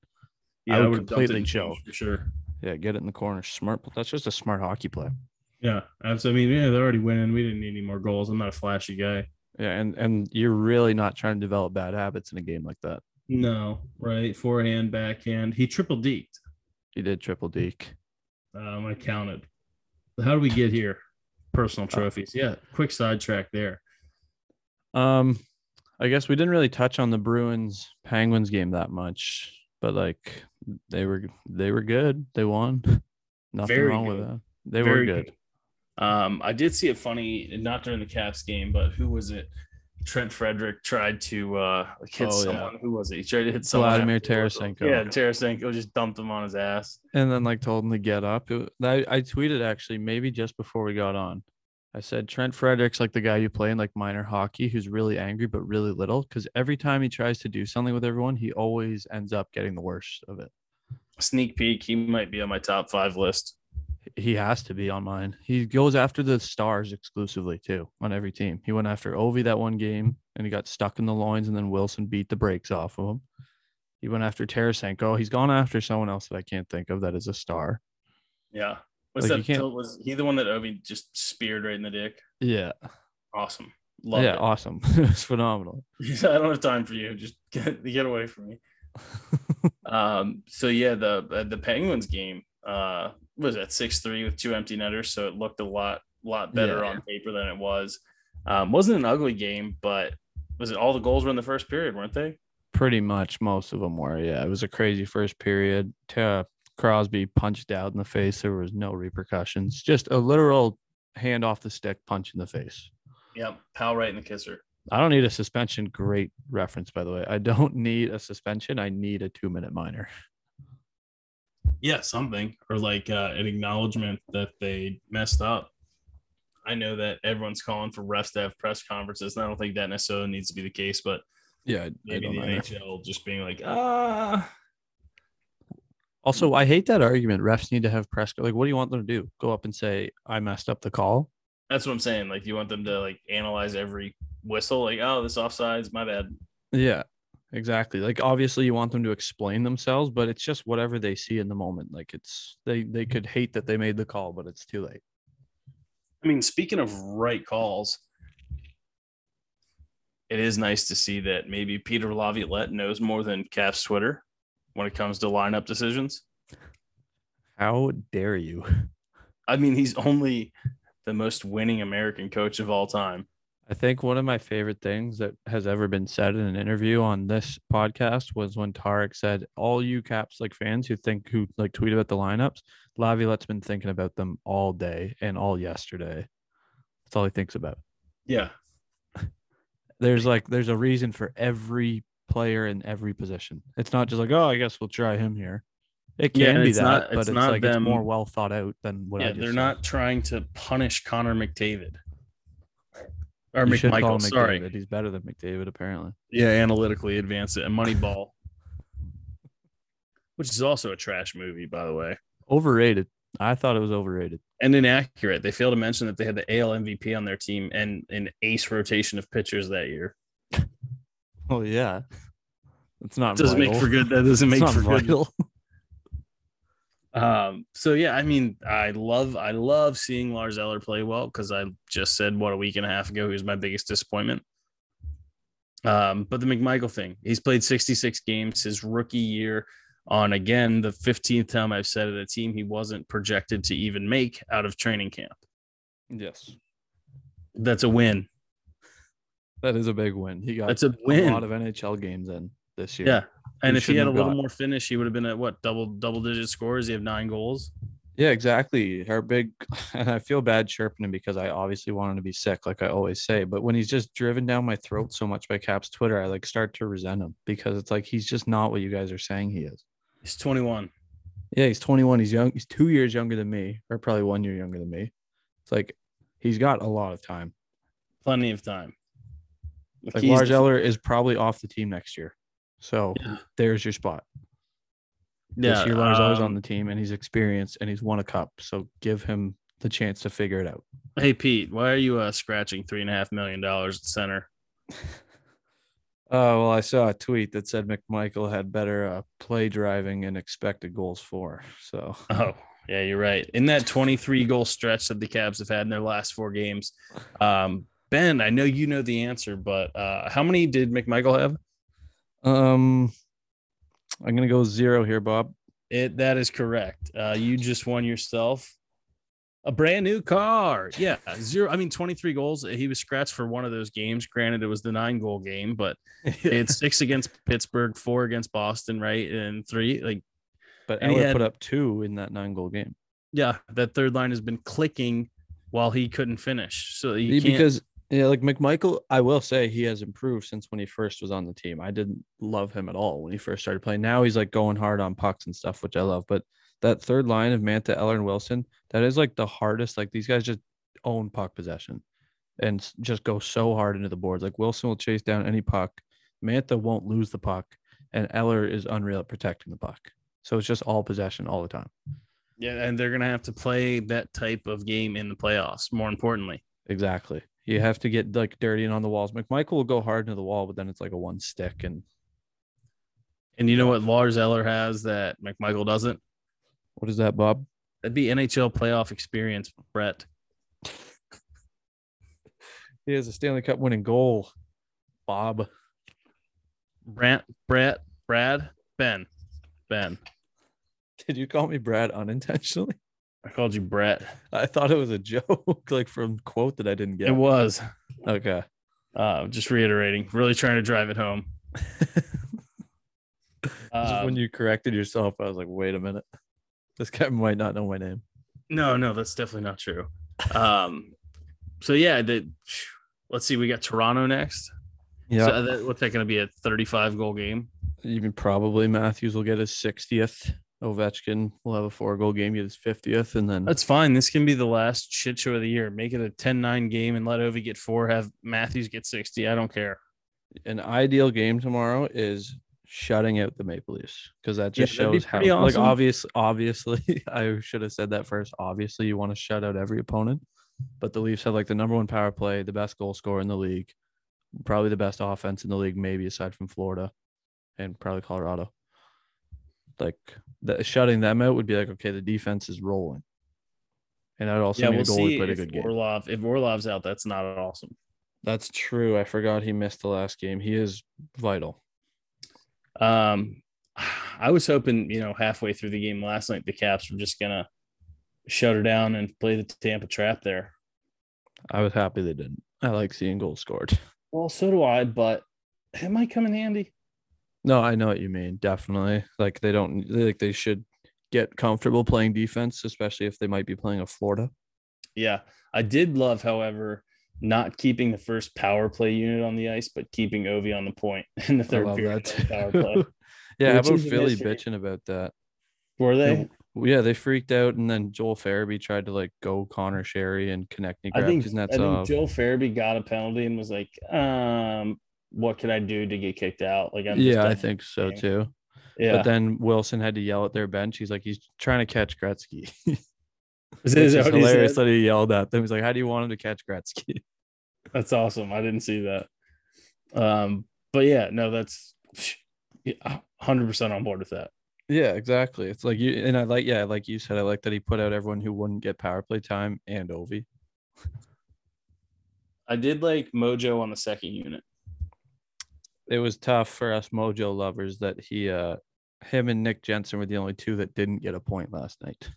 Speaker 2: I would
Speaker 1: would've dumped it
Speaker 2: completely
Speaker 1: and changed
Speaker 2: choke.
Speaker 1: for sure.
Speaker 2: Yeah, get it in the corner. Smart. That's just a smart hockey play.
Speaker 1: Yeah, absolutely. I mean, yeah, they're already winning. We didn't need any more goals. I'm not a flashy guy.
Speaker 2: Yeah, and and you're really not trying to develop bad habits in a game like that.
Speaker 1: No, right? Forehand, backhand. He triple deked.
Speaker 2: He did
Speaker 1: Mm.
Speaker 2: triple deke.
Speaker 1: Um, I counted. How do we get here? Personal
Speaker 2: Uh,
Speaker 1: trophies. Yeah. Quick sidetrack there.
Speaker 2: Um, I guess we didn't really touch on the Bruins Penguins game that much, but like they were they were good. They won. Nothing
Speaker 1: Very
Speaker 2: wrong with
Speaker 1: good.
Speaker 2: that. They were
Speaker 1: Very
Speaker 2: good.
Speaker 1: Um, I did see it funny, not during the Caps game, but who was it? Trent Frederick tried to uh like hit
Speaker 2: Oh, yeah.
Speaker 1: someone. Who was it? He tried to hit someone.
Speaker 2: Vladimir
Speaker 1: after-
Speaker 2: Tarasenko.
Speaker 1: Yeah, Tarasenko just dumped him on his ass.
Speaker 2: and then like told him to get up. It, wa- I, I tweeted actually maybe just before we got on. I said Trent Frederick's like the guy you play in like minor hockey who's really angry but really little because every time he tries to do something with everyone, he always ends up getting the worst of it.
Speaker 1: Sneak peek, he might be on my top five list.
Speaker 2: He has to be on mine. He goes after the stars exclusively too on every team. He went after Ovi that one game and he got stuck in the loins, and then Wilson beat the brakes off of him. He went after Tarasenko. He's gone after someone else that I can't think of that is a star.
Speaker 1: Yeah. Was
Speaker 2: Like, you
Speaker 1: that
Speaker 2: can't-
Speaker 1: Phil- was he the one that Obi just speared right in the dick?
Speaker 2: Yeah.
Speaker 1: Awesome. Love
Speaker 2: yeah.
Speaker 1: it.
Speaker 2: Awesome. it was phenomenal.
Speaker 1: I don't have time for you. Just get, get away from me. um, so yeah, the uh, the Penguins game uh, was at six three with two empty netters, so it looked a lot lot better
Speaker 2: Yeah.
Speaker 1: on paper than it was. Um, wasn't an ugly game, but was it all the goals were in the first period, weren't they?
Speaker 2: Pretty much most of them were. Yeah, it was a crazy first period. Ta- Crosby punched out in the face. There was no repercussions. Just a literal hand off the stick punch in the face.
Speaker 1: Yep, pal right in the kisser.
Speaker 2: I don't need a suspension. Great reference, by the way. I don't need a suspension. I need a two minute minor.
Speaker 1: Yeah, something or like uh, an acknowledgement that they messed up. I know that everyone's calling for refs to have press conferences, and I don't think that necessarily needs to be the case, but
Speaker 2: Yeah,
Speaker 1: maybe the NHL just being like, ah,
Speaker 2: Also, I hate that argument. Refs need to have press. Like, what do you want them to do? Go up and say, I messed up the call?
Speaker 1: That's what I'm saying. Like, you want them to like analyze every whistle, like, oh, this offsides, my bad.
Speaker 2: Yeah, exactly. Like obviously you want them to explain themselves, but it's just whatever they see in the moment. Like it's they they could hate that they made the call, but it's too late.
Speaker 1: I mean, speaking of right calls, it is nice to see that maybe Peter Laviolette knows more than Caps Twitter when it comes to lineup decisions.
Speaker 2: How dare you?
Speaker 1: I mean, he's only the most winning American coach of all time.
Speaker 2: I think one of my favorite things that has ever been said in an interview on this podcast was when Tarek said, "All you Caps like fans who think who like tweet about the lineups, Laviolette's been thinking about them all day and all yesterday. That's all he thinks about."
Speaker 1: Yeah.
Speaker 2: there's like there's a reason for every player in every position. It's not just like oh, I guess we'll try him here. It
Speaker 1: Yeah,
Speaker 2: can
Speaker 1: and
Speaker 2: be
Speaker 1: it's
Speaker 2: that,
Speaker 1: not-
Speaker 2: but
Speaker 1: it's
Speaker 2: it's
Speaker 1: not
Speaker 2: like
Speaker 1: them-
Speaker 2: it's more well thought out than what I
Speaker 1: yeah.
Speaker 2: just
Speaker 1: They're
Speaker 2: said.
Speaker 1: not trying to punish Connor McDavid or
Speaker 2: You should call
Speaker 1: McMichael.
Speaker 2: him
Speaker 1: Sorry.
Speaker 2: McDavid. he's better than McDavid apparently.
Speaker 1: yeah, analytically advance it and Moneyball, which is also a trash movie, by the way,
Speaker 2: Overrated. I thought it was overrated.
Speaker 1: and inaccurate. They failed to mention that they had the AL MVP on their team and an ace rotation of pitchers that year.
Speaker 2: Oh yeah, it's not.
Speaker 1: Doesn't make
Speaker 2: vital.
Speaker 1: for good. That doesn't
Speaker 2: It's
Speaker 1: make
Speaker 2: not
Speaker 1: for good.
Speaker 2: vital.
Speaker 1: Um, so yeah, I mean, I love I love seeing Lars Eller play well because I just said what a week and a half ago he was my biggest disappointment. Um, but the McMichael thing, he's played 66 games his rookie year on again the 15th time I've said it, a team he wasn't projected to even make out of training camp.
Speaker 2: Yes,
Speaker 1: That's a win.
Speaker 2: that is a big win. He got
Speaker 1: That's a
Speaker 2: a
Speaker 1: win.
Speaker 2: lot of NHL games in this year.
Speaker 1: Yeah. And
Speaker 2: he
Speaker 1: if he
Speaker 2: shouldn't
Speaker 1: had a
Speaker 2: have
Speaker 1: little
Speaker 2: got.
Speaker 1: more finish, he would have been at what double double digit scores. He have nine goals.
Speaker 2: Yeah, exactly. Our big, and I feel bad chirping him because I obviously want him to be sick, like I always say. But when he's just driven down my throat so much by Cap's Twitter, I like start to resent him because it's like he's just not what you guys are saying he is.
Speaker 1: He's 21.
Speaker 2: Yeah, he's 21. He's young. He's two years younger than me, or probably one year younger than me. It's like he's got a lot of time.
Speaker 1: Plenty of time.
Speaker 2: Like
Speaker 1: He's
Speaker 2: Lars
Speaker 1: the-
Speaker 2: Eller is probably off the team next year. So
Speaker 1: Yeah.
Speaker 2: there's your spot. this year, Lars Eller's
Speaker 1: um,
Speaker 2: on the team and he's experienced and he's won a cup. So give him the chance to figure it out.
Speaker 1: Hey Pete, why are you uh, scratching three and a half million dollars at center?
Speaker 2: Oh well, I saw a tweet that said McMichael had better uh, play driving and expected goals for. So
Speaker 1: Oh, yeah, you're right. In that 23 goal stretch that the Cavs have had in their last four games, um, Ben, I know you know the answer, but uh, how many did McMichael have?
Speaker 2: um, I'm gonna go zero here, Bob.
Speaker 1: It that is correct. Uh, you just won yourself a brand new car. Yeah, zero. I mean, 23 goals. He was scratched for one of those games. Granted, it was the nine goal game, but it's six against Pittsburgh, four against Boston, right, and three like.
Speaker 2: but
Speaker 1: and he
Speaker 2: Eller
Speaker 1: had-
Speaker 2: put up two in that nine goal game
Speaker 1: yeah, that third line has been clicking while he couldn't finish. So you
Speaker 2: Be-
Speaker 1: can't,
Speaker 2: because Yeah, like McMichael, I will say he has improved since when he first was on the team. I didn't love him at all when he first started playing. Now he's like going hard on pucks and stuff, which I love. But that third line of Manta, Eller, and Wilson, that is like the hardest. Like these guys just own puck possession and s- just go so hard into the boards. Like Wilson will chase down any puck. Manta won't lose the puck, and Eller is unreal at protecting the puck. So it's just all possession all the time.
Speaker 1: Yeah, and they're gonna have to play that type of game in the playoffs. More importantly,
Speaker 2: Exactly. You have to get like dirty and on the walls. McMichael will go hard into the wall, but then it's like a one stick and
Speaker 1: and you know what Lars Eller has that McMichael doesn't.
Speaker 2: what is that, Bob?
Speaker 1: That'd be NHL playoff experience, Brett.
Speaker 2: He has a Stanley Cup winning goal, Bob.
Speaker 1: Brant, Brett, Brad, Ben, Ben.
Speaker 2: Did you call me Brad unintentionally?
Speaker 1: I called you Brett.
Speaker 2: I thought it was a joke, like from quote that I didn't get.
Speaker 1: It was.
Speaker 2: okay.
Speaker 1: Uh, just reiterating, really trying to drive it home.
Speaker 2: Just
Speaker 1: Um,
Speaker 2: when you corrected yourself, I was like, wait a minute. This guy might not know my name.
Speaker 1: No, no, that's definitely not true. Um, so yeah, the, let's see, we got Toronto next.
Speaker 2: Yeah.
Speaker 1: So uh, that, what's that going to be a 35 goal game?
Speaker 2: Even probably Matthews will get his 60th. Ovechkin will have a four goal game, get his 50th. And then
Speaker 1: That's fine. This can be the last shit show of the year. Make it a 10 9 game and let Ovi get four, have Matthews get 60. I don't care.
Speaker 2: an ideal game tomorrow is shutting out the Maple Leafs because that
Speaker 1: Yeah,
Speaker 2: just
Speaker 1: that'd be
Speaker 2: shows how
Speaker 1: pretty
Speaker 2: like
Speaker 1: awesome.
Speaker 2: obvious obviously I should have said that first. Obviously, you want to shut out every opponent, but the Leafs have like the number one power play, the best goal scorer in the league, probably the best offense in the league, maybe aside from Florida and probably Colorado. Like that, shutting them out would be like okay, the defense is rolling, and I'd also
Speaker 1: yeah,
Speaker 2: be
Speaker 1: we'll
Speaker 2: a goal. We
Speaker 1: see
Speaker 2: played a
Speaker 1: if
Speaker 2: good game.
Speaker 1: Orlov, if Orlov's out, that's not awesome.
Speaker 2: That's true. I forgot he missed the last game. He is vital.
Speaker 1: Um, I was hoping, you know, halfway through the game last night, the Caps were just going to shut her down and play the Tampa trap there.
Speaker 2: I was happy they didn't. I like seeing goals scored.
Speaker 1: Well, so do I, but it might come in handy.
Speaker 2: No, I know what you mean. Definitely. Like they don't like they should get comfortable playing defense, especially if they might be playing a Florida.
Speaker 1: Yeah. I did love, however, not keeping the first power play unit on the ice, but keeping Ovi on the point in the
Speaker 2: I
Speaker 1: third
Speaker 2: love
Speaker 1: period
Speaker 2: that.
Speaker 1: on the power play.
Speaker 2: too. yeah, how
Speaker 1: Which
Speaker 2: about
Speaker 1: is a
Speaker 2: Philly
Speaker 1: mystery.
Speaker 2: bitching about that?
Speaker 1: Were they?
Speaker 2: No, Well, Yeah, they freaked out, and then Joel Farabee tried to like go Connor Sherry and connect
Speaker 1: I think,
Speaker 2: Nick
Speaker 1: I
Speaker 2: nuts
Speaker 1: think
Speaker 2: off.
Speaker 1: Joe Farabee got a penalty and was like, um, what can I do to get kicked out? Like, I'm just
Speaker 2: Yeah, I
Speaker 1: done.
Speaker 2: think so
Speaker 1: game.
Speaker 2: too.
Speaker 1: Yeah.
Speaker 2: But then Wilson had to yell at their bench. He's like, he's trying to catch Gretzky.
Speaker 1: Is
Speaker 2: Which
Speaker 1: it- is
Speaker 2: is
Speaker 1: that what he said?
Speaker 2: hilarious that he yelled at them. He's like, how do you want him to catch Gretzky?
Speaker 1: That's awesome. I didn't see that. Um, but yeah, no, that's yeah, 100% on board with that.
Speaker 2: Yeah, exactly. It's like you and I like yeah, like you said, I like that he put out everyone who wouldn't get power play time and Ovi.
Speaker 1: I did like Mojo on the second unit.
Speaker 2: It was tough for us Mojo lovers that he uh him and Nick Jensen were the only two that didn't get a point last night.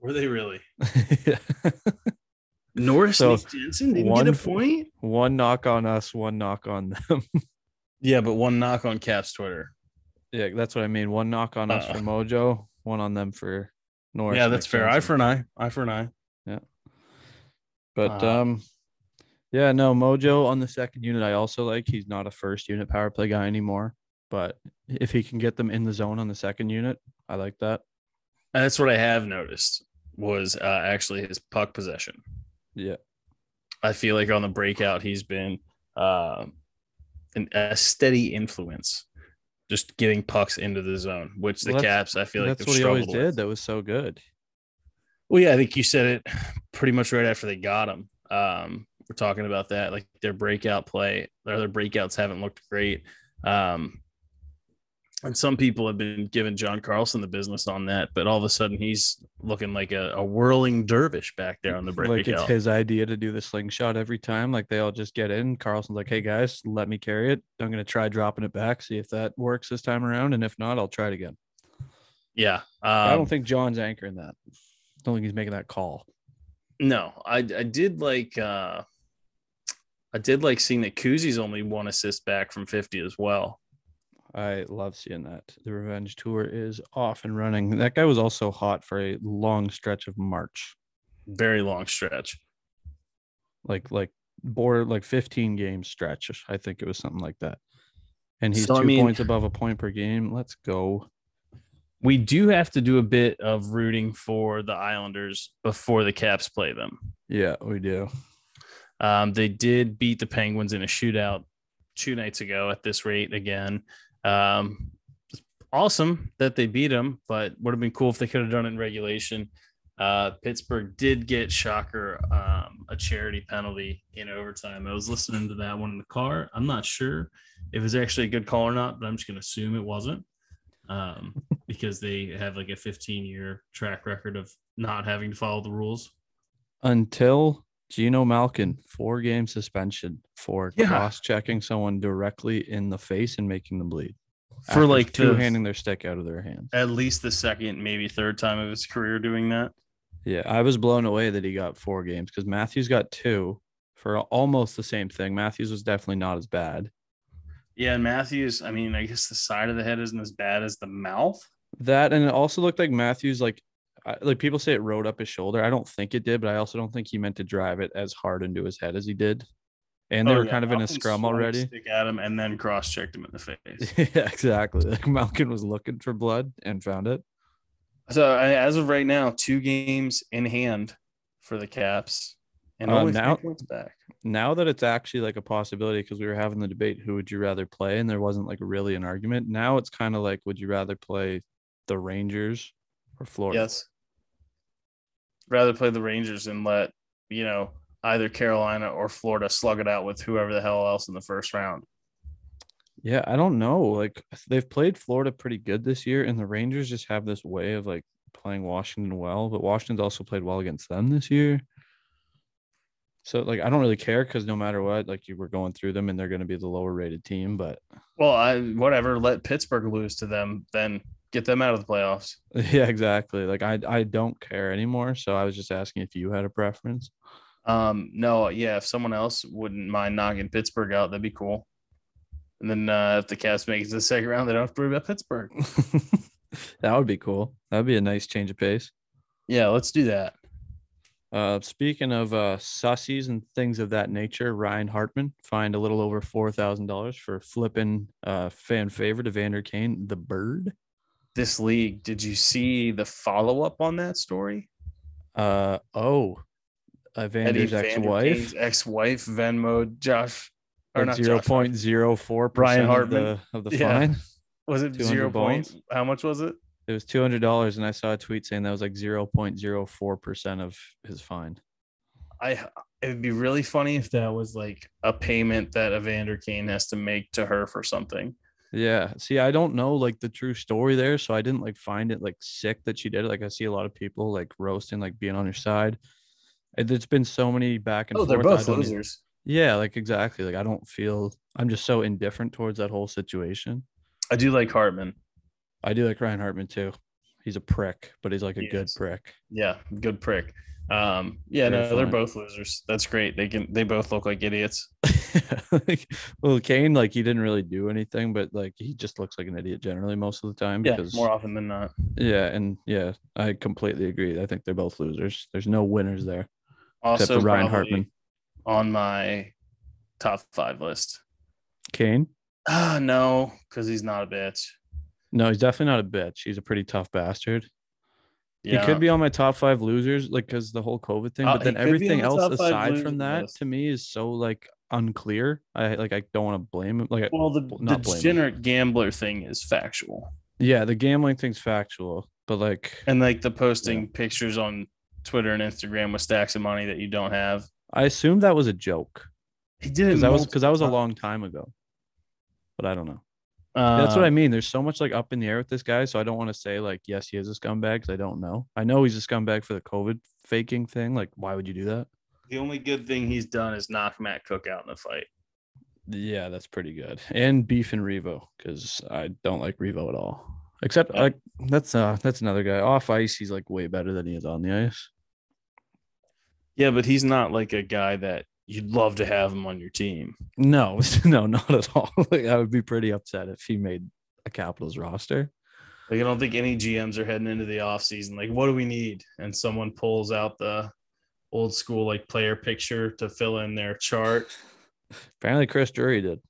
Speaker 1: Were they really?
Speaker 2: yeah.
Speaker 1: Norris
Speaker 2: So,
Speaker 1: Nick Jensen didn't
Speaker 2: one-
Speaker 1: get a point.
Speaker 2: One knock on us, one knock on them.
Speaker 1: Yeah, but one knock on Caps Twitter.
Speaker 2: yeah, that's what I mean. One knock on us for
Speaker 1: Uh.
Speaker 2: Mojo, one on them for Norris.
Speaker 1: yeah,
Speaker 2: and
Speaker 1: that's
Speaker 2: Nick
Speaker 1: fair. Eye
Speaker 2: Jensen.
Speaker 1: for an eye. Eye for an eye.
Speaker 2: But
Speaker 1: Uh,
Speaker 2: um, yeah, no Mojo on the second unit. I also like he's not a first unit power play guy anymore. But if he can get them in the zone on the second unit, I like that.
Speaker 1: And that's what I have noticed was uh, actually his puck possession.
Speaker 2: Yeah,
Speaker 1: I feel like on the breakout, he's been uh, an, a steady influence, just getting pucks into the zone, which the
Speaker 2: Well, that's-
Speaker 1: Caps, I feel like,
Speaker 2: that's
Speaker 1: have
Speaker 2: what he always
Speaker 1: struggled with.
Speaker 2: did. That was so good.
Speaker 1: Well, yeah, I think you said it pretty much right after they got him. Um, we're talking about that, like their breakout play, their other breakouts haven't looked great. Um, and some people have been giving John Carlson the business on that, but all of a sudden he's looking like a, a whirling dervish back there on the
Speaker 2: Like it's
Speaker 1: breakout.
Speaker 2: his idea to do the slingshot every time. Like they all just get in. Carlson's like, "Hey guys, let me carry it. I'm gonna try dropping it back. See if that works this time around. And if not, I'll try it again."
Speaker 1: yeah. Um,
Speaker 2: I don't think John's anchoring that. I don't think he's making that call.
Speaker 1: No, I I did like uh I did like seeing that Kuzi's only one assist back from 50 as well.
Speaker 2: I love seeing that. The revenge tour is off and running. That guy was also hot for a long stretch of March.
Speaker 1: Very long stretch.
Speaker 2: Like like border like 15 game stretch. I think it was something like that. And he's
Speaker 1: So, I
Speaker 2: two
Speaker 1: mean-
Speaker 2: points above a point per game. Let's go.
Speaker 1: We do have to do a bit of rooting for the Islanders before the Caps play them.
Speaker 2: Yeah, we do.
Speaker 1: Um, they did beat the Penguins in a shootout two nights ago at this rate again. Um, it's awesome that they beat them, but would have been cool if they could have done it in regulation. Uh, Pittsburgh did get shocker um, a charity penalty in overtime. I was listening to that one in the car. I'm not sure if it was actually a good call or not, but I'm just going to assume it wasn't um, because they have like a 15 year track record of not having to follow the rules.
Speaker 2: Until Gino Malkin, four game suspension for
Speaker 1: Yeah.
Speaker 2: cross checking someone directly in the face and making them bleed.
Speaker 1: For like
Speaker 2: two
Speaker 1: the
Speaker 2: handing their stick out of their hand.
Speaker 1: at least the second, maybe third time of his career doing that.
Speaker 2: Yeah, I was blown away that he got four games because Matthews got two for almost the same thing. Matthews was definitely not as bad.
Speaker 1: Yeah, and Matthews, I mean, I guess the side of the head isn't as bad as the mouth.
Speaker 2: That and it also looked like Matthews like I- like people say it rode up his shoulder. I don't think it did, but I also don't think he meant to drive it as hard into his head as he did. And they
Speaker 1: Oh,
Speaker 2: were
Speaker 1: yeah,
Speaker 2: kind of in a
Speaker 1: Malcolm
Speaker 2: scrum
Speaker 1: swung the
Speaker 2: already.
Speaker 1: Stick at him and then cross checked him in the face.
Speaker 2: yeah, exactly. Like Malkin was looking for blood and found it.
Speaker 1: So I, as of right now, two games in hand for the Caps, and
Speaker 2: Uh,
Speaker 1: only
Speaker 2: now-
Speaker 1: three points back.
Speaker 2: Now that it's actually like a possibility, because we were having the debate, who would you rather play? And there wasn't like really an argument. Now it's kind of like, would you rather play the Rangers or Florida?
Speaker 1: Yes. Rather play the Rangers and let you know either Carolina or Florida slug it out with whoever the hell else in the first round.
Speaker 2: Yeah, I don't know. Like they've played Florida pretty good this year, and the Rangers just have this way of like playing Washington well. But Washington's also played well against them this year. So like I don't really care because no matter what, like you were going through them, and they're going to be the lower rated team. But
Speaker 1: Well, I whatever. Let Pittsburgh lose to them, then get them out of the playoffs.
Speaker 2: yeah, exactly. Like I I don't care anymore. So I was just asking if you had a preference.
Speaker 1: Um, no, yeah, if someone else wouldn't mind knocking Pittsburgh out, that'd be cool. And then uh, if the Cavs make it to the second round, they don't have to worry about Pittsburgh.
Speaker 2: that would be cool. That'd be a nice change of pace.
Speaker 1: Yeah, let's do that.
Speaker 2: Uh, speaking of uh, sussies and things of that nature, Ryan Hartman fined a little over four thousand dollars for flipping uh, fan favorite Evander Kane, the bird.
Speaker 1: This league, did you see the follow up on that story?
Speaker 2: Uh, oh, Evander's
Speaker 1: Eddie Vander
Speaker 2: ex-wife,
Speaker 1: Kane's ex-wife Venmo Josh, or
Speaker 2: at
Speaker 1: not
Speaker 2: zero
Speaker 1: Josh,
Speaker 2: point zero four
Speaker 1: Ryan
Speaker 2: percent of
Speaker 1: Hartman.
Speaker 2: the, of the
Speaker 1: Yeah.
Speaker 2: fine.
Speaker 1: was it
Speaker 2: 200
Speaker 1: zero point?
Speaker 2: bones.
Speaker 1: How much was it?
Speaker 2: It was two hundred dollars, and I saw a tweet saying that was like zero point zero four percent of his fine.
Speaker 1: I it would be really funny if that was like a payment that Evander Kane has to make to her for something.
Speaker 2: Yeah. See, I don't know like the true story there, so I didn't like find it like sick that she did it. Like I see a lot of people like roasting, like being on her side. And There's been so many back and
Speaker 1: Oh,
Speaker 2: forth.
Speaker 1: they're
Speaker 2: I
Speaker 1: both
Speaker 2: don't e-
Speaker 1: losers.
Speaker 2: yeah, like exactly. Like I don't feel I'm just so indifferent towards that whole situation.
Speaker 1: I do like Hartman.
Speaker 2: I do like Ryan Hartman too. He's a prick, but he's like a
Speaker 1: He
Speaker 2: good
Speaker 1: is.
Speaker 2: prick.
Speaker 1: Yeah, good prick. Um, yeah,
Speaker 2: Very
Speaker 1: no, they're
Speaker 2: fine.
Speaker 1: both losers. That's great. They can they both look like idiots.
Speaker 2: like, well, Kane, like he didn't really do anything, but like he just looks like an idiot generally most of the time
Speaker 1: Yeah,
Speaker 2: because
Speaker 1: more often than not.
Speaker 2: yeah, and yeah, I completely agree. I think they're both losers. There's no winners there.
Speaker 1: Also,
Speaker 2: except for Ryan
Speaker 1: probably
Speaker 2: Hartman.
Speaker 1: on my top five list.
Speaker 2: Kane?
Speaker 1: Ah, no, because he's not a bitch.
Speaker 2: No, he's definitely not a bitch. He's a pretty tough bastard.
Speaker 1: Yeah.
Speaker 2: He could be on my top five losers, like because the whole COVID thing.
Speaker 1: Uh,
Speaker 2: but then
Speaker 1: he could be on
Speaker 2: everything
Speaker 1: the
Speaker 2: else
Speaker 1: top five
Speaker 2: aside
Speaker 1: losers
Speaker 2: from that,
Speaker 1: list.
Speaker 2: to me, is so like unclear. I like I don't want to blame him. Like, I-
Speaker 1: well, the, the
Speaker 2: not blaming.
Speaker 1: degenerate gambler thing is factual,
Speaker 2: yeah, the gambling thing's factual, but like
Speaker 1: and like the posting pictures on Twitter and Instagram with stacks of money that you don't have.
Speaker 2: I assumed that was a joke
Speaker 1: He did
Speaker 2: because
Speaker 1: it
Speaker 2: that was because that was a
Speaker 1: multiple
Speaker 2: long time ago. But I don't know.
Speaker 1: times.
Speaker 2: That's what
Speaker 1: Um,
Speaker 2: I mean. There's so much like up in the air with this guy, so I don't want to say like yes, he is a scumbag because I don't know. I know he's a scumbag for the COVID faking thing. Like, why would you do that?
Speaker 1: The only good thing he's done is knock Matt Cook out in the fight.
Speaker 2: Yeah, that's pretty good. And beef and Revo, because I don't like Revo at all. Except
Speaker 1: Yeah.
Speaker 2: like that's uh that's another guy. Off ice, he's like way better than he is on the ice.
Speaker 1: Yeah, but he's not like a guy that you'd love to have him on your team.
Speaker 2: No, no, not at all. Like I would be pretty upset if he made a Capitals roster.
Speaker 1: Like I don't think any GMs are heading into the offseason. Like, what do we need? And someone pulls out the old school like player picture to fill in their chart.
Speaker 2: Apparently, Chris Drury did,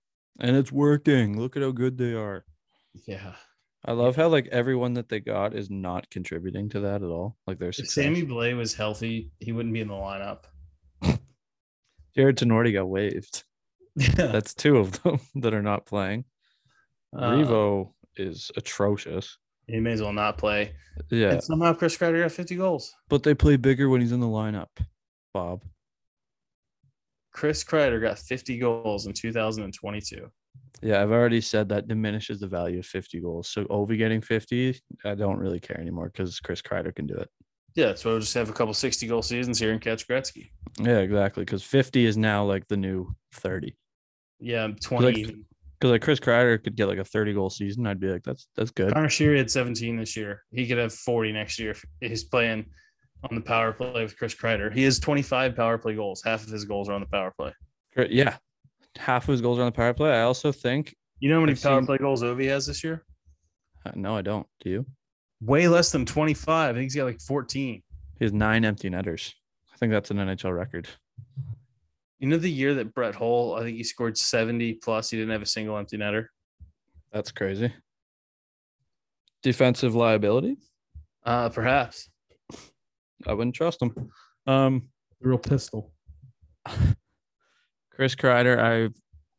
Speaker 2: and it's working. Look at how good they are.
Speaker 1: Yeah.
Speaker 2: I love how like everyone that they got is not contributing to that at all. Like their
Speaker 1: If
Speaker 2: success.
Speaker 1: Sammy Blay was healthy, he wouldn't be in the lineup.
Speaker 2: Jared Tenorti got waived.
Speaker 1: Yeah.
Speaker 2: That's two of them that are not playing.
Speaker 1: Uh,
Speaker 2: Revo is atrocious.
Speaker 1: He may as well not play.
Speaker 2: Yeah,
Speaker 1: And somehow Chris Kreider got 50 goals.
Speaker 2: but they play bigger when he's in the lineup. Bob,
Speaker 1: Chris Kreider got 50 goals in 2022.
Speaker 2: Yeah, I've already said that diminishes the value of 50 goals. So Ovi getting 50, I don't really care anymore because Chris Kreider can do it.
Speaker 1: Yeah, so we'll just have a couple 60 goal seasons here and catch Gretzky.
Speaker 2: Yeah, exactly. Because 50 is now like the new 30.
Speaker 1: Yeah, 20.
Speaker 2: Because like Chris Kreider could get like a 30 goal season, I'd be like, that's that's good.
Speaker 1: Connor Sheary had 17 this year. He could have 40 next year if he's playing on the power play with Chris Kreider. He has 25 power play goals. Half of his goals are on the power play.
Speaker 2: Cr- Yeah, half of his goals are on the power play. I also think
Speaker 1: You know how many
Speaker 2: I've
Speaker 1: power
Speaker 2: seen-
Speaker 1: play goals Ovi has this year?
Speaker 2: uh, no, I don't. Do you?
Speaker 1: Way less than 25. I think he's got like 14.
Speaker 2: He has nine empty netters. I think that's an NHL record.
Speaker 1: You know the year that Brett Hull, I think he scored 70 plus. He didn't have a single empty netter.
Speaker 2: That's crazy. Defensive liability.
Speaker 1: Uh, perhaps.
Speaker 2: I wouldn't trust him. Um,
Speaker 1: Real pistol.
Speaker 2: Chris Kreider, I've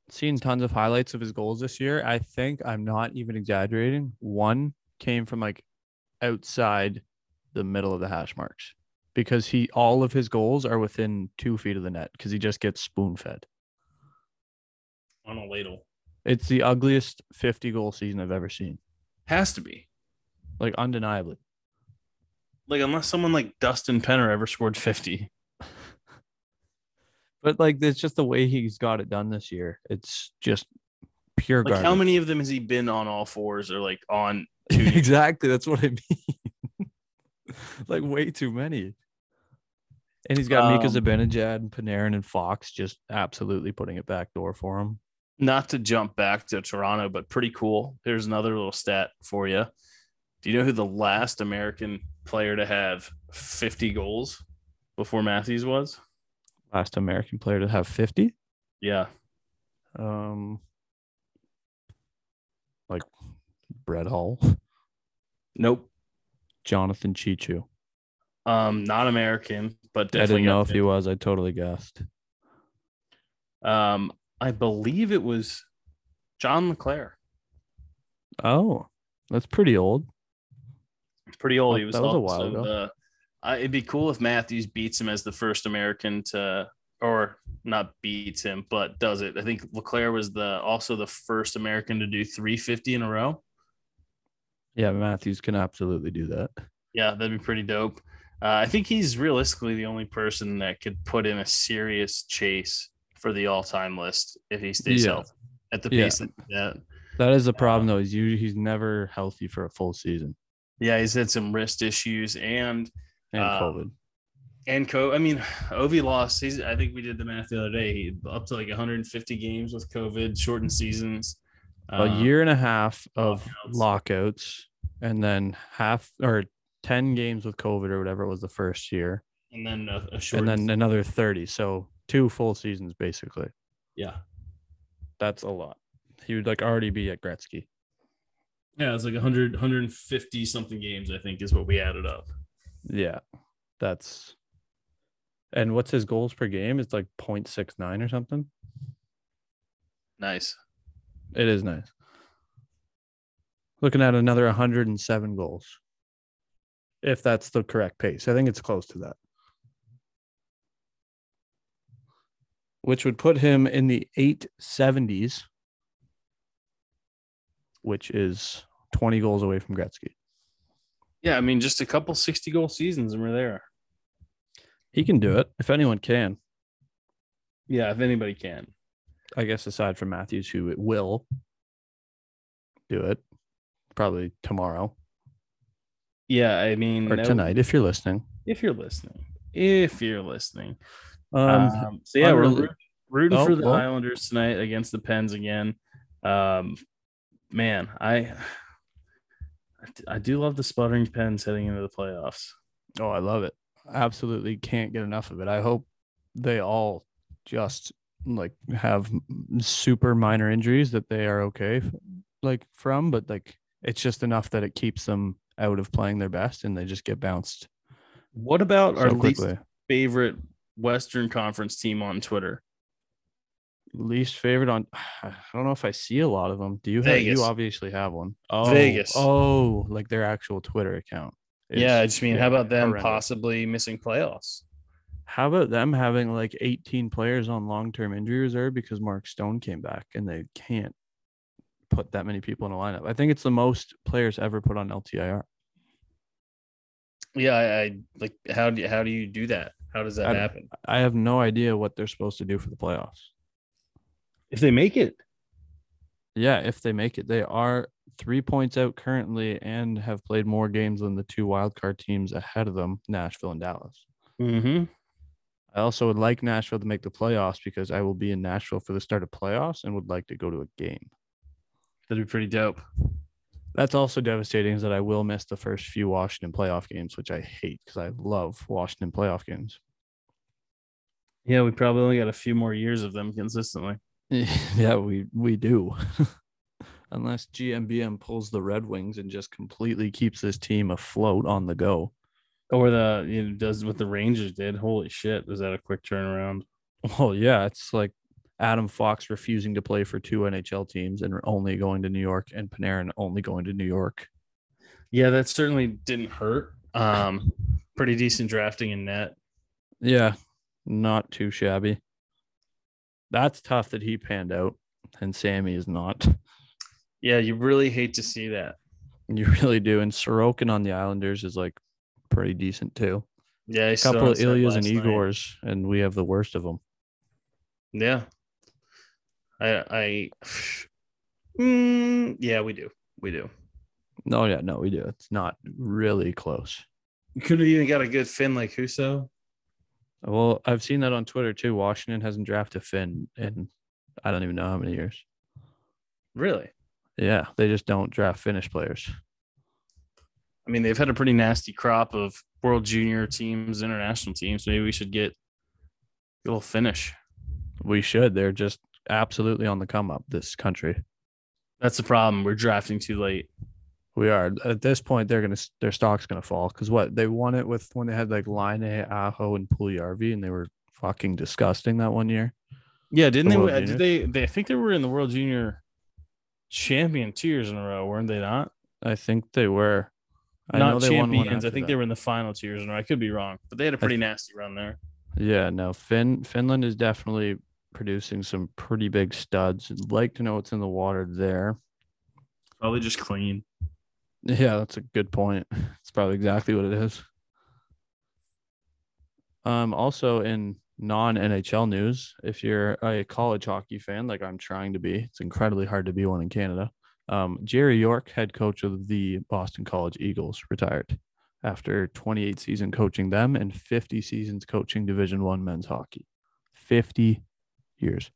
Speaker 2: seen tons of highlights of his goals this year. I think I'm not even exaggerating. One came from like outside the middle of the hash marks because he all of his goals are within two feet of the net because he just gets spoon fed.
Speaker 1: On a ladle.
Speaker 2: It's the ugliest 50 goal season I've ever seen,
Speaker 1: Has to be.
Speaker 2: like undeniably.
Speaker 1: Like, unless someone like Dustin Penner ever scored 50.
Speaker 2: But like, it's just the way he's got it done this year. It's just pure
Speaker 1: Like,
Speaker 2: garbage.
Speaker 1: how many of them has he been on all fours or like on two? knees?
Speaker 2: exactly. That's what I mean. like way too many. And he's got Mika
Speaker 1: Um,
Speaker 2: Zibanejad and Panarin and Fox just absolutely putting it back door for him.
Speaker 1: Not to jump back to Toronto, but pretty cool. Here's another little stat for you. Do you know who the last American player to have 50 goals before Matthews was?
Speaker 2: Last American player to have 50.
Speaker 1: Yeah.
Speaker 2: Um like Brett Hull,
Speaker 1: Nope.
Speaker 2: Jonathan Chichu.
Speaker 1: Um, not American, but
Speaker 2: I
Speaker 1: definitely
Speaker 2: didn't know
Speaker 1: up
Speaker 2: if he was. I totally guessed.
Speaker 1: there. Um, I believe it was John LeClaire.
Speaker 2: Oh, that's pretty old.
Speaker 1: Pretty old.
Speaker 2: That-
Speaker 1: He was
Speaker 2: that was a
Speaker 1: also
Speaker 2: while ago.
Speaker 1: the- I, it'd be cool if Matthews beats him as the first American to, or not beats him, but does it. I think LeClaire was the also the first American to do 350 in a row.
Speaker 2: Yeah, Matthews can absolutely do that.
Speaker 1: Yeah, that'd be pretty dope. Uh, I think he's realistically the only person that could put in a serious chase for the all-time list if he stays
Speaker 2: Yeah.
Speaker 1: healthy at the
Speaker 2: Yeah.
Speaker 1: pace that, that
Speaker 2: That is the
Speaker 1: Uh,
Speaker 2: problem though. Is you he's never healthy for a full season
Speaker 1: Yeah, he's had some wrist issues and
Speaker 2: and
Speaker 1: Um,
Speaker 2: COVID.
Speaker 1: and co. I mean, Ovi lost. He's, I think we did the math the other day. He up to like 150 games with COVID, shortened seasons.
Speaker 2: a year and a half of
Speaker 1: Uh, lockouts.
Speaker 2: lockouts and then half or 10 games with covid or whatever it was the first year
Speaker 1: and then a, a short.
Speaker 2: and then another 30 so two full seasons basically
Speaker 1: yeah,
Speaker 2: that's a lot he would like already be at gretzky
Speaker 1: yeah, it's like 100, 150 something games. I think is what we added up.
Speaker 2: yeah that's and what's his goals per game it's like 0.69 or something
Speaker 1: Nice.
Speaker 2: it is nice looking at another 107 goals if that's the correct pace i think it's close to that which would put him in the 870s which is 20 goals away from gretzky
Speaker 1: Yeah, I mean, just a couple 60 goal seasons and we're there.
Speaker 2: he can do it if anyone can
Speaker 1: Yeah, if anybody can.
Speaker 2: i guess aside from matthews who it will do it probably tomorrow
Speaker 1: Yeah, I mean,
Speaker 2: or
Speaker 1: that would-
Speaker 2: tonight if you're listening
Speaker 1: if you're listening, if you're listening.
Speaker 2: um,
Speaker 1: Um, so yeah, we're
Speaker 2: unrela-
Speaker 1: rooting, rooting
Speaker 2: Oh,
Speaker 1: for the
Speaker 2: well.
Speaker 1: Islanders tonight against the Pens again. Um, man, I I do love the sputtering Pens heading into the playoffs.
Speaker 2: Oh, I love it. absolutely can't get enough of it. I hope they all just like have m- super minor injuries that they are okay f- like from, but like it's just enough that it keeps them out of playing their best and they just get bounced
Speaker 1: What about our
Speaker 2: so
Speaker 1: least
Speaker 2: quickly.
Speaker 1: favorite Western Conference team on Twitter?
Speaker 2: Least favorite on I don't know if I see a lot of them. Do you have
Speaker 1: Vegas.
Speaker 2: you obviously have one? Oh
Speaker 1: Vegas.
Speaker 2: Oh, like their actual Twitter account. is-
Speaker 1: yeah, I just mean, how
Speaker 2: yeah,
Speaker 1: about them
Speaker 2: horrendous.
Speaker 1: possibly missing playoffs?
Speaker 2: How about them having like 18 players on long term injury reserve because Mark Stone came back and they can't put that many people in a lineup? I think it's the most players ever put on LTIR.
Speaker 1: Yeah, I, I like how do you, how do you do that? How does
Speaker 2: I
Speaker 1: that
Speaker 2: don't-
Speaker 1: happen?
Speaker 2: I have no idea what they're supposed to do for the playoffs.
Speaker 1: If they make it,
Speaker 2: Yeah, if they make it, they are three points out currently and have played more games than the two wildcard teams ahead of them, Nashville and Dallas.
Speaker 1: mm-hmm.
Speaker 2: I also would like Nashville to make the playoffs because I will be in Nashville for the start of playoffs and would like to go to a game.
Speaker 1: that'd be pretty dope.
Speaker 2: That's also devastating is that I will miss the first few Washington playoff games, which I hate because I love Washington playoff games.
Speaker 1: Yeah, we probably only got a few more years of them consistently.
Speaker 2: yeah, we we do. Unless GMBM pulls the Red Wings and just completely keeps this team afloat on the go.
Speaker 1: Or the you know, does what the Rangers did. Holy shit, was that a quick turnaround?
Speaker 2: Well, yeah, it's like Adam Fox refusing to play for two NHL teams and only going to New York and Panarin only going to New York.
Speaker 1: Yeah, that certainly didn't hurt. Um, pretty decent drafting in net.
Speaker 2: Yeah, not too shabby. That's tough that he panned out and Sammy is not.
Speaker 1: Yeah, you really hate to see that.
Speaker 2: You really do. And Sorokin on the Islanders is like pretty decent too.
Speaker 1: Yeah,
Speaker 2: A couple of Ilias and Igors, and we have the worst of them.
Speaker 1: Yeah, I, I, Mm, yeah, we do, we do.
Speaker 2: No, yeah, no, we do. It's not really close.
Speaker 1: We could have even got a good Finn like Huso.
Speaker 2: Well, I've seen that on Twitter too. Washington hasn't drafted Finn in I don't even know how many years.
Speaker 1: Really?
Speaker 2: Yeah, they just don't draft Finnish players.
Speaker 1: I mean, they've had a pretty nasty crop of World Junior teams, international teams. Maybe we should get a little finish.
Speaker 2: We should. They're just absolutely on the come up. This country.
Speaker 1: That's the problem. We're drafting too late.
Speaker 2: We are at this point. They're gonna their stock's gonna fall because what they won it with when they had like Line, Aho, and Puliarvi, and they were fucking disgusting that one year.
Speaker 1: Yeah, didn't
Speaker 2: The
Speaker 1: they?
Speaker 2: World
Speaker 1: uh, Did they? They I think they were in the World Junior champion two years in a row, weren't they? Not
Speaker 2: I think they were. I
Speaker 1: not
Speaker 2: know they won one
Speaker 1: champions. I
Speaker 2: after
Speaker 1: think
Speaker 2: that.
Speaker 1: they were in the final two years in a row. I could be wrong, but they had a pretty nasty run there.
Speaker 2: Yeah, no. Fin Finland is definitely producing some pretty big studs. I'd like to know what's in the water there.
Speaker 1: Probably just clean.
Speaker 2: Yeah, that's a good point. It's probably exactly what it is. Um, also in non NHL news, if you're a college hockey fan, like I'm trying to be, it's incredibly hard to be one in Canada. Um, Jerry York, head coach of the Boston College Eagles, retired after 28 season coaching them and 50 seasons coaching Division One men's hockey. 50 years.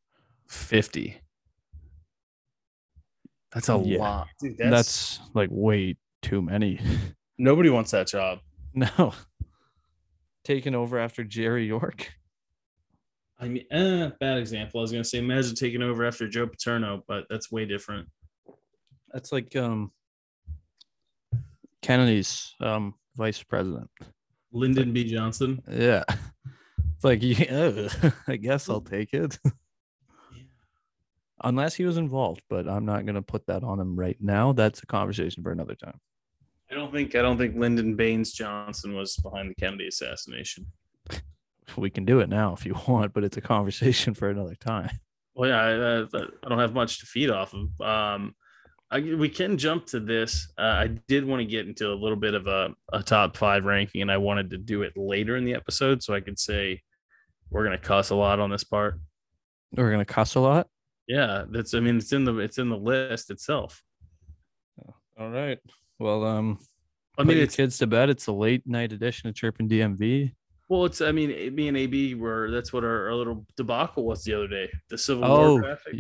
Speaker 1: Fifty. That's a
Speaker 2: Yeah.
Speaker 1: lot. Dude, that's,
Speaker 2: That's like way too many.
Speaker 1: nobody wants that job.
Speaker 2: No. Taken over after Jerry York.
Speaker 1: I mean, eh, bad example. I was gonna say, imagine taking over after Joe Paterno, but that's way different.
Speaker 2: That's like um Kennedy's um vice president.
Speaker 1: Lyndon B. Johnson.
Speaker 2: Yeah. It's like yeah, I guess I'll take it. Unless he was involved, but I'm not gonna put that on him right now. That's a conversation for another time.
Speaker 1: I don't think. I don't think Lyndon Baines Johnson was behind the Kennedy assassination.
Speaker 2: We can do it now if you want, but it's a conversation for another time.
Speaker 1: Well, yeah, I- I, I don't have much to feed off of. Um, I, we can jump to this. Uh, I did want to get into a little bit of a, a top five ranking, and I wanted to do it later in the episode so I could say we're gonna cuss a lot on this part.
Speaker 2: We're gonna cuss a lot.
Speaker 1: Yeah, that's. I mean, it's in the it's in the list itself.
Speaker 2: All right. Well, um
Speaker 1: I mean,
Speaker 2: put your
Speaker 1: it's
Speaker 2: kids to bed. It's a late night edition of Chirpin DMV.
Speaker 1: well, it's. I mean, it- me and AB were. That's what our, our little debacle was the other day. The Civil
Speaker 2: Oh,
Speaker 1: War graphic.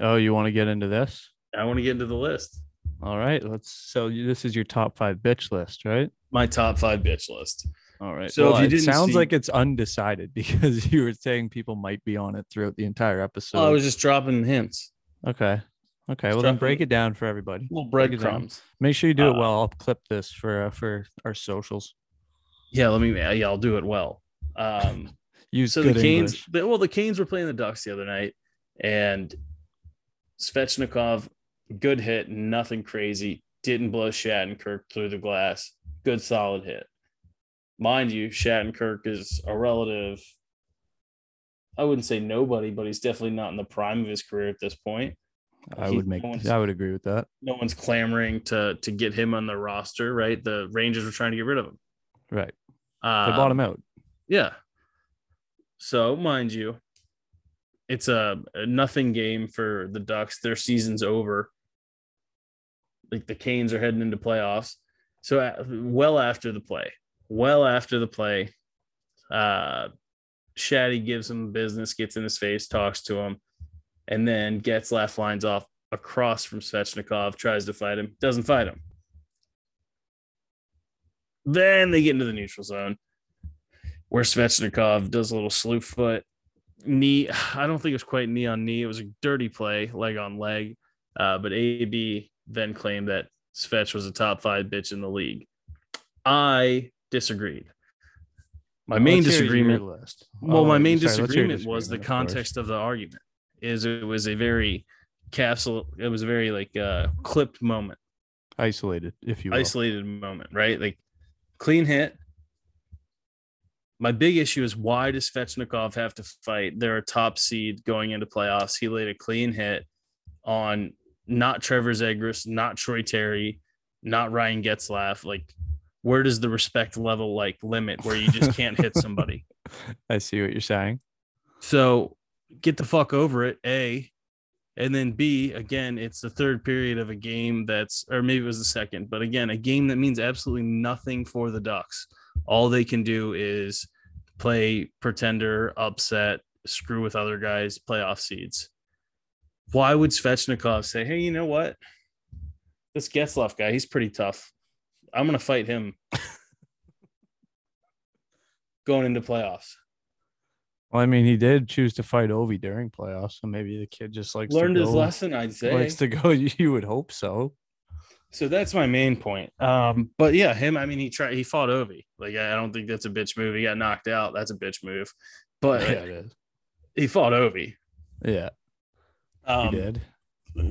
Speaker 2: Oh, you want to get into this?
Speaker 1: I want to get into the list.
Speaker 2: All right, let's. So you, this is your top five bitch list, right?
Speaker 1: My top five bitch list.
Speaker 2: All right.
Speaker 1: So if
Speaker 2: Well,
Speaker 1: you
Speaker 2: it
Speaker 1: didn't
Speaker 2: sounds
Speaker 1: see-
Speaker 2: like it's undecided because you were saying people might be on it throughout the entire episode.
Speaker 1: Well, Oh, I was just dropping hints,
Speaker 2: okay. Okay. Well, then
Speaker 1: dropping-
Speaker 2: break it down for everybody.
Speaker 1: little
Speaker 2: Break it down.
Speaker 1: breadcrumbs.
Speaker 2: Make sure you do it
Speaker 1: Uh,
Speaker 2: well. I'll clip this for uh, for our socials.
Speaker 1: Yeah, let me. Yeah, I'll do it well. Um,
Speaker 2: Use
Speaker 1: so the
Speaker 2: good
Speaker 1: Canes,
Speaker 2: English.
Speaker 1: the, well, the Canes were playing the Ducks the other night, and Svechnikov, good hit, nothing crazy, didn't blow Shattenkirk through the glass, good solid hit. Mind you, Shattenkirk is a relative. I wouldn't say nobody, but he's definitely not in the prime of his career at this point.
Speaker 2: I
Speaker 1: he's
Speaker 2: would make.
Speaker 1: going-
Speaker 2: I would agree with that.
Speaker 1: No one's clamoring to to get him on the roster, right? The Rangers were trying to get rid of him.
Speaker 2: Right. They
Speaker 1: Uh,
Speaker 2: bought him out.
Speaker 1: Yeah. So, mind you, it's a, a nothing game for the Ducks. Their season's over. Like the Canes are heading into playoffs. So, a- well after the play, well after the play, uh, Shatty gives him business, gets in his face, talks to him, and then gets left lines off across from Svechnikov, tries to fight him, doesn't fight him. Then they get into the neutral zone where Svechnikov does a little slew foot knee. I don't think it was quite knee on knee. It was a dirty play, leg on leg. Uh, but AB then claimed that Svech was a top five bitch in the league. I disagreed. My main
Speaker 2: Let's hear your
Speaker 1: disagreement
Speaker 2: list.
Speaker 1: well,
Speaker 2: Oh,
Speaker 1: my
Speaker 2: wait,
Speaker 1: main
Speaker 2: sorry, let's hear your
Speaker 1: disagreement was the
Speaker 2: disagreement, of course.
Speaker 1: context of the argument. Is it was a very capsule. It was a very like uh, clipped moment,
Speaker 2: Isolated, if you will.
Speaker 1: isolated moment, right? Like clean hit. My big issue is why does Svechnikov have to fight? They're a top seed going into playoffs. He laid a clean hit on not Trevor Zegras, not Troy Terry, not Ryan Getzlaff. Like, where does the respect level like limit where you just can't hit somebody?
Speaker 2: I see what you're saying.
Speaker 1: So get the fuck over it, A. And then B, again, it's the third period of a game that's, or maybe it was the second, but again, a game that means absolutely nothing for the Ducks. All they can do is play pretender, upset, screw with other guys, playoff seeds. Why would Svechnikov say, hey, you know what? This Getzloff guy, he's pretty tough. I'm going to fight him going into playoffs.
Speaker 2: Well, I mean, he did choose to fight Ovi during playoffs, so maybe the kid just likes
Speaker 1: Learned
Speaker 2: to go,
Speaker 1: his lesson, I'd say.
Speaker 2: Likes to go. You would hope so.
Speaker 1: So that's my main point. Um, but yeah, him. I mean, he tried. He fought Ovi. Like I I don't think that's a bitch move. He got knocked out. That's a bitch move. But
Speaker 2: it is.
Speaker 1: he fought Ovi.
Speaker 2: Yeah, he
Speaker 1: Um,
Speaker 2: did.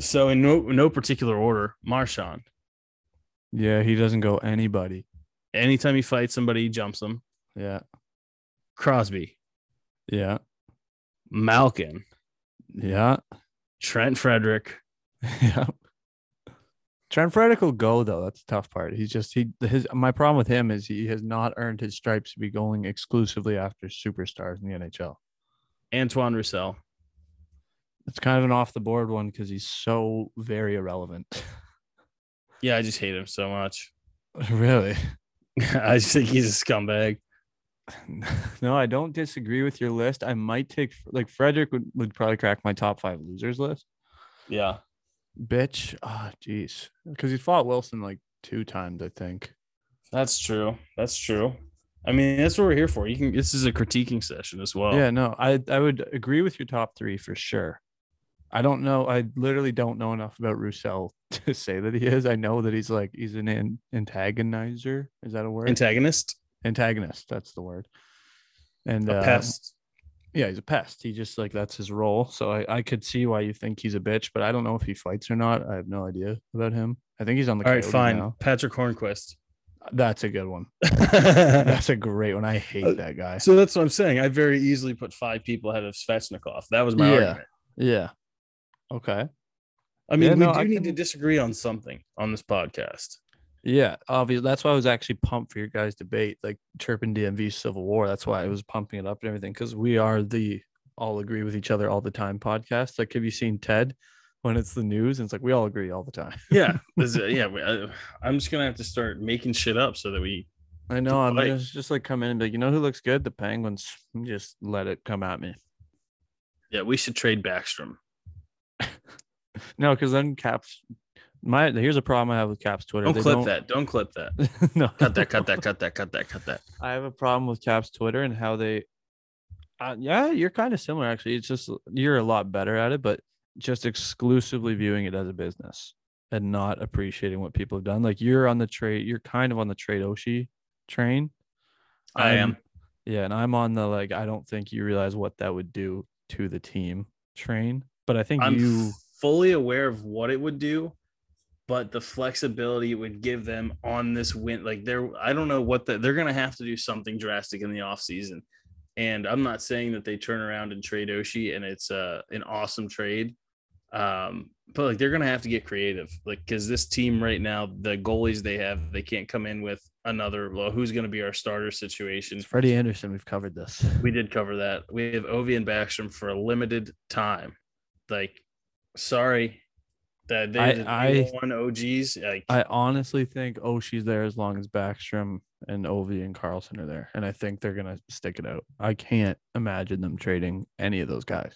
Speaker 1: so in no no particular order, Marshawn.
Speaker 2: Yeah, he doesn't go anybody.
Speaker 1: Anytime he fights somebody, he jumps them.
Speaker 2: Yeah,
Speaker 1: Crosby,
Speaker 2: yeah,
Speaker 1: Malkin,
Speaker 2: yeah,
Speaker 1: Trent Frederick.
Speaker 2: yeah. Trent Frederick will go though. That's the tough part. He's just he his my problem with him is he has not earned his stripes to be going exclusively after superstars in the NHL.
Speaker 1: Antoine Roussel.
Speaker 2: It's kind of an off the board one because he's so very irrelevant.
Speaker 1: Yeah, I just hate him so much.
Speaker 2: really?
Speaker 1: I just think he's a scumbag.
Speaker 2: No, I don't disagree with your list. I might take like Frederick would, would probably crack my top five losers list.
Speaker 1: Yeah.
Speaker 2: Bitch. Ah, jeez. Because he fought Wilson like two times, I think.
Speaker 1: That's true. That's true. I mean, that's what we're here for. You can this is a critiquing session as well.
Speaker 2: Yeah, no, I I would agree with your top three for sure. I don't know. I literally don't know enough about Roussel to say that he is. I know that he's like he's an an- antagonizer. Is that a word?
Speaker 1: Antagonist,
Speaker 2: Antagonist. That's the word. And
Speaker 1: a
Speaker 2: uh,
Speaker 1: pest.
Speaker 2: yeah, he's a pest. He just like that's his role. So I, I could see why you think he's a bitch, but I don't know if he fights or not. I have no idea about him. I think he's on the
Speaker 1: All right,
Speaker 2: Coyotes
Speaker 1: fine.
Speaker 2: now.
Speaker 1: Patrick Hornquist.
Speaker 2: That's a good one. That's a great one. I
Speaker 1: Uh,
Speaker 2: hate that guy.
Speaker 1: so that's what I'm saying. I very easily put five people ahead of Svechnikov. That was my
Speaker 2: Yeah.
Speaker 1: argument.
Speaker 2: Yeah. Okay.
Speaker 1: I mean,
Speaker 2: Yeah,
Speaker 1: we
Speaker 2: no,
Speaker 1: do
Speaker 2: I
Speaker 1: need to
Speaker 2: can-
Speaker 1: disagree on something on this podcast.
Speaker 2: Yeah. Obviously, that's why I was actually pumped for your guys' debate, like chirping DMV Civil War. That's why I was pumping it up and everything because we are the all agree with each other all the time podcast. Like, have you seen Ted when it's the news? And it's like we all agree all the time.
Speaker 1: Yeah, This is- yeah. we- I, I'm just gonna have to start making shit up so that we.
Speaker 2: I know. I'm
Speaker 1: fight.
Speaker 2: just, just like come in and be like, you know who looks good? The Penguins. Just let it come at me.
Speaker 1: Yeah, we should trade Backstrom.
Speaker 2: No, because then Caps my here's a problem I have with Caps Twitter.
Speaker 1: Don't
Speaker 2: They
Speaker 1: clip that. Don't clip that.
Speaker 2: that. no,
Speaker 1: Cut that. Cut that. Cut that. Cut that. Cut that.
Speaker 2: I have a problem with Caps Twitter and how they. Uh, yeah, you're kind of similar actually. It's just you're a lot better at it, but just exclusively viewing it as a business and not appreciating what people have done. Like you're on the trade, you're kind of on the trade Oshi train.
Speaker 1: I
Speaker 2: I'm-
Speaker 1: am.
Speaker 2: Yeah, and I'm on the like I don't think you realize what that would do to the team train, but I think
Speaker 1: I'm
Speaker 2: you
Speaker 1: fully aware of what it would do, but the flexibility it would give them on this win, like they're I don't know what the, they're gonna have to do something drastic in the offseason. And I'm not saying that they turn around and trade Oshi and it's uh, an awesome trade. Um, but like they're gonna have to get creative, like because this team right now, the goalies they have, they can't come in with another. Well, who's gonna be our starter situation?
Speaker 2: it's Freddie Anderson, we've covered this.
Speaker 1: We did cover that. We have Ovi and Backstrom for a limited time. Like, sorry that they
Speaker 2: I-
Speaker 1: the
Speaker 2: I-
Speaker 1: one OGs. Like,
Speaker 2: I honestly think oh she's there as long as Backstrom and Ovi and Carlson are there. And I think they're gonna stick it out. I can't imagine them trading any of those guys.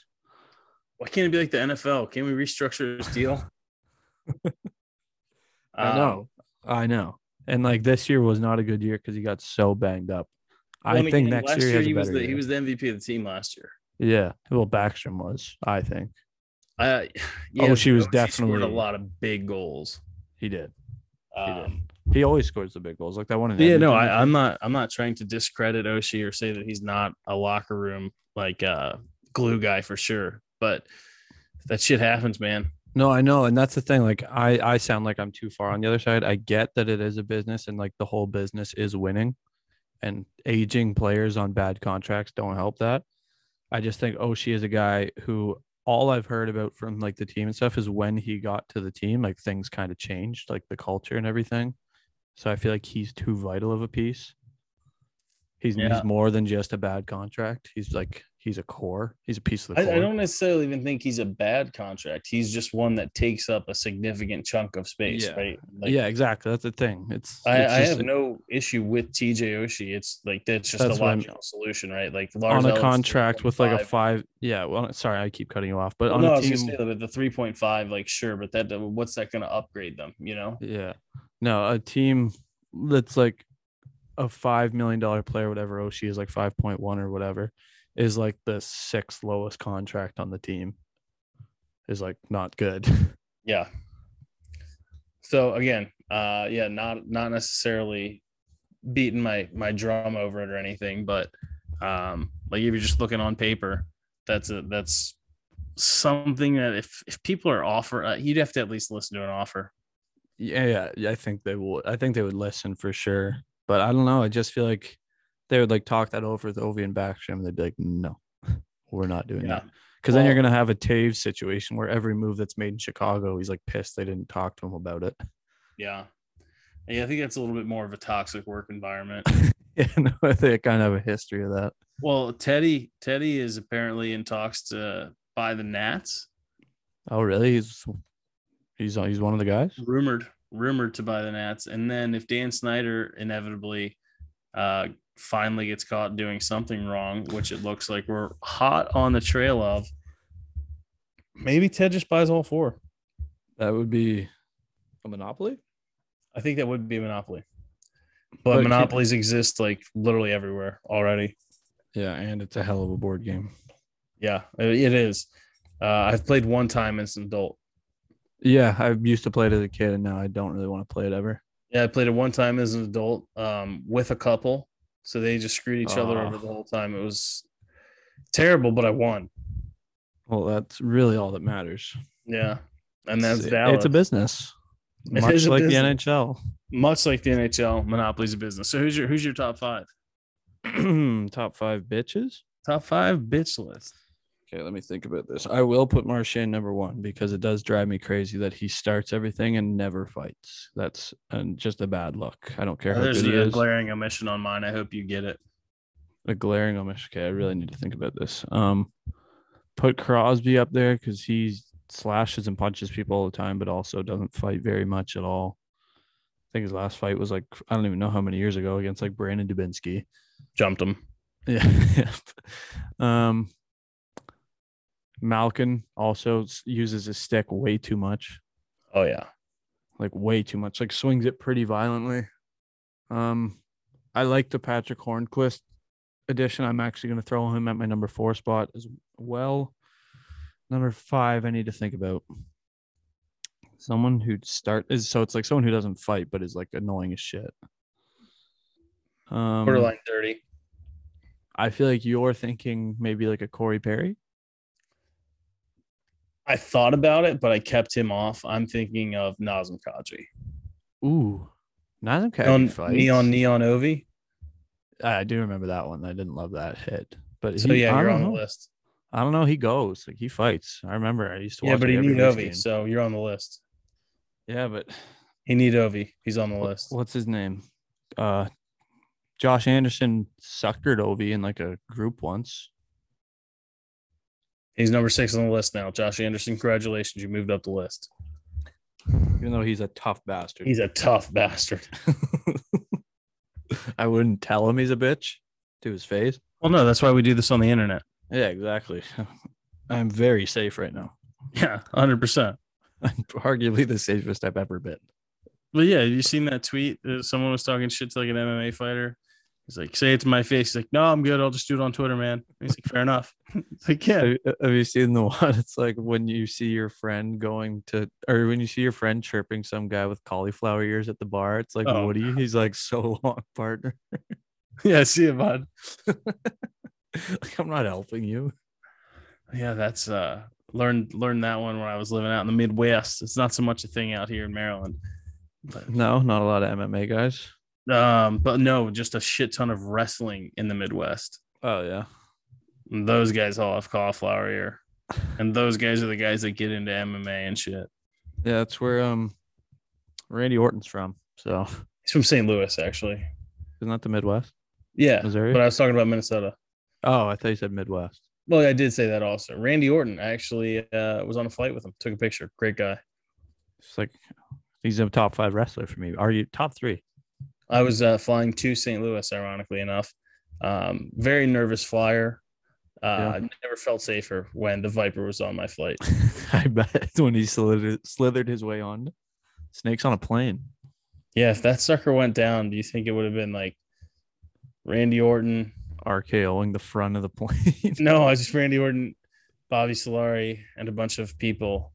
Speaker 1: why can't it be like the NFL? Can we restructure this deal? Um,
Speaker 2: I know. I know. And like this year was not a good year because he got so banged up. I
Speaker 1: Well,
Speaker 2: think
Speaker 1: again,
Speaker 2: next
Speaker 1: last
Speaker 2: year,
Speaker 1: he
Speaker 2: he, has
Speaker 1: was
Speaker 2: a
Speaker 1: the
Speaker 2: better
Speaker 1: he
Speaker 2: year.
Speaker 1: was the MVP of the team last year.
Speaker 2: Yeah. Well, Backstrom was, I think.
Speaker 1: Uh,
Speaker 2: Oh, she was
Speaker 1: scored
Speaker 2: definitely-
Speaker 1: a lot of big goals.
Speaker 2: He did. did.
Speaker 1: Um,
Speaker 2: He always scores the big goals. Like that one in
Speaker 1: yeah no
Speaker 2: Edmonton,
Speaker 1: I, i'm not i'm not trying to discredit oshi or say that he's not a locker room like uh glue guy for sure but that shit happens man
Speaker 2: No, I know, and that's the thing. Like, I I sound like I'm too far on the other side. I get that it is a business, and like the whole business is winning, and aging players on bad contracts don't help that. I just think Oshie is a guy who all I've heard about from like the team and stuff is when he got to the team, like things kind of changed, like the culture and everything. So I feel like he's too vital of a piece. He's,
Speaker 1: Yeah.
Speaker 2: he's more than just a bad contract. He's like he's a core. He's a piece of the
Speaker 1: I,
Speaker 2: core.
Speaker 1: I don't necessarily even think he's a bad contract he's just one that takes up a significant chunk of space
Speaker 2: Yeah.
Speaker 1: right like,
Speaker 2: yeah, exactly. That's the thing. It's
Speaker 1: I,
Speaker 2: it's
Speaker 1: I
Speaker 2: just-
Speaker 1: have no issue with TJ Oshie. It's like that's just
Speaker 2: That's
Speaker 1: a
Speaker 2: what I'm-
Speaker 1: logical solution, right? Like
Speaker 2: on
Speaker 1: Lars
Speaker 2: a
Speaker 1: Ellis,
Speaker 2: contract with like a
Speaker 1: 3.5.
Speaker 2: five. Yeah. Well, sorry, I keep cutting you off, but
Speaker 1: Well,
Speaker 2: on
Speaker 1: Oh, no,
Speaker 2: a
Speaker 1: I was
Speaker 2: team.
Speaker 1: gonna say that the three point five, like sure, but that what's that gonna upgrade them? You know,
Speaker 2: yeah. No, a team that's like a five million dollar player, whatever Oshi is like five point one or whatever, is like the sixth lowest contract on the team. Is like not good.
Speaker 1: Yeah. So again, uh yeah, not not necessarily beating my my drum over it or anything, but um like if you're just looking on paper, that's a that's something that if if people are offer uh, you'd have to at least listen to an offer.
Speaker 2: Yeah, yeah, yeah, I think they would. I think they would listen for sure. But I don't know. I just feel like they would like talk that over with Ovi and Backstrom. They'd be like, no, we're not doing
Speaker 1: Yeah.
Speaker 2: that. Because then you're
Speaker 1: Well-
Speaker 2: gonna have a Taves situation where every move that's made in Chicago, he's like pissed they didn't talk to him about it.
Speaker 1: Yeah. Yeah, I think that's a little bit more of a toxic work environment.
Speaker 2: Yeah, no, they kind of have a history of that.
Speaker 1: well, Teddy Teddy is apparently in talks to buy the Nats.
Speaker 2: Oh, really? He's he's uh, he's one of the guys.
Speaker 1: rumored rumored to buy the Nats. And then if Dan Snyder inevitably uh, finally gets caught doing something wrong, which it looks like we're hot on the trail of, maybe Ted just buys all four.
Speaker 2: That would be a monopoly.
Speaker 1: I think that would be a monopoly.
Speaker 2: But
Speaker 1: But,
Speaker 2: can-
Speaker 1: monopolies exist like literally everywhere already.
Speaker 2: Yeah, and it's a hell of a board game.
Speaker 1: Yeah, it it is. Uh, I've played one time as an adult.
Speaker 2: Yeah, I used to play it as a kid, and now I don't really want to play it ever.
Speaker 1: Yeah, I played it one time as an adult um, with a couple. So they just screwed each other
Speaker 2: Aw.
Speaker 1: over the whole time. It was terrible, but I won.
Speaker 2: Well, that's really all that matters.
Speaker 1: Yeah, and that's
Speaker 2: it's,
Speaker 1: valid.
Speaker 2: It's a business,
Speaker 1: It
Speaker 2: much
Speaker 1: is a
Speaker 2: like
Speaker 1: business.
Speaker 2: the
Speaker 1: much like the NHL, monopoly's a business. So who's your who's your top five?
Speaker 2: NHL. Top five bitches.
Speaker 1: Top five bitch list.
Speaker 2: Okay, let me think about this. I will put Marchand number one because it does drive me crazy that he starts everything and never fights. That's and just a bad look. I don't care how
Speaker 1: Oh, There's
Speaker 2: good he
Speaker 1: a
Speaker 2: is.
Speaker 1: glaring omission on mine. I hope you get it.
Speaker 2: a glaring omission. Okay, I really need to think about this. Um, put Crosby up there because he slashes and punches people all the time, but also doesn't fight very much at all. I think his last fight was like I don't even know how many years ago against like Brandon Dubinsky.
Speaker 1: Jumped him.
Speaker 2: Yeah. yep. Um, Malkin also s- uses his stick way too much.
Speaker 1: Oh yeah.
Speaker 2: like way too much. Like swings it pretty violently. Um, I like the Patrick Hornquist addition. I'm actually going to throw him at my number four spot as well. Number five, I need to think about someone who start is so it's like someone who doesn't fight but is like annoying as shit. Um,
Speaker 1: Borderline dirty.
Speaker 2: I feel like you're thinking maybe like a Corey Perry.
Speaker 1: I thought about it, but I kept him off. I'm thinking of Nazem Kadri.
Speaker 2: Ooh, Nazem Kadri
Speaker 1: Neon,
Speaker 2: fights.
Speaker 1: neon, neon Ovi.
Speaker 2: I do remember that one. I didn't love that hit, but
Speaker 1: So
Speaker 2: he-
Speaker 1: yeah,
Speaker 2: I
Speaker 1: you're
Speaker 2: don't
Speaker 1: on the
Speaker 2: know.
Speaker 1: list.
Speaker 2: I don't know. He goes like he fights. I remember I used to watch.
Speaker 1: Yeah, but
Speaker 2: it
Speaker 1: he
Speaker 2: every
Speaker 1: need
Speaker 2: Leafs
Speaker 1: Ovi,
Speaker 2: game.
Speaker 1: so you're on the list.
Speaker 2: Yeah, but
Speaker 1: He need Ovi. He's on the
Speaker 2: wh-
Speaker 1: list.
Speaker 2: what's his name? Uh, Josh Anderson suckered Ovi in like a group once.
Speaker 1: He's number six on the list now. Josh Anderson, congratulations, you moved up the list.
Speaker 2: Even though he's a tough bastard,
Speaker 1: He's a tough bastard.
Speaker 2: I wouldn't tell him he's a bitch to his face.
Speaker 1: Well, no, that's why we do this on the internet.
Speaker 2: Yeah, exactly. I'm very safe right now.
Speaker 1: Yeah, hundred percent.
Speaker 2: I'm arguably the safest I've ever been.
Speaker 1: Well, yeah, you seen that tweet? Uh, Someone was talking shit to like an MMA fighter. He's like, "Say it to my face." He's like, "No, I'm good. I'll just do it on Twitter, man." And he's like, "Fair enough." It's like, yeah,
Speaker 2: Have, uh, have you seen the one? It's like when you see your friend going to, or when you see your friend chirping some guy with cauliflower ears at the bar. It's like,
Speaker 1: Oh,
Speaker 2: Woody. He's like, so long, partner.
Speaker 1: yeah, see you, bud.
Speaker 2: like, I'm not helping you.
Speaker 1: Yeah, that's uh learned learned that one when I was living out in the Midwest. It's not so much a thing out here in Maryland.
Speaker 2: No, not a lot of MMA guys.
Speaker 1: Um, but no, just a shit ton of wrestling in the Midwest.
Speaker 2: Oh, yeah.
Speaker 1: And those guys all have cauliflower ear. And those guys are the guys that get into MMA and shit.
Speaker 2: Yeah, that's where um Randy Orton's from. So,
Speaker 1: He's from St. Louis, actually.
Speaker 2: isn't that the Midwest?
Speaker 1: Yeah.
Speaker 2: Missouri?
Speaker 1: But I was talking about Minnesota.
Speaker 2: oh, I thought you said Midwest.
Speaker 1: Well, I did say that also. Randy Orton actually uh, was on a flight with him, took a picture. Great guy.
Speaker 2: It's like, he's a top five wrestler for me. Are you top three? Mm-hmm.
Speaker 1: I was uh, flying to St. Louis, ironically enough. Um, very nervous flyer. Uh, Never felt safer when the Viper was on my flight.
Speaker 2: I bet when he slithered, slithered his way on. Snakes on a plane.
Speaker 1: Yeah, if that sucker went down, do you think it would have been like Randy Orton?
Speaker 2: RKOing the front of the plane.
Speaker 1: No, I was just Randy Orton, Bobby Solari, and a bunch of people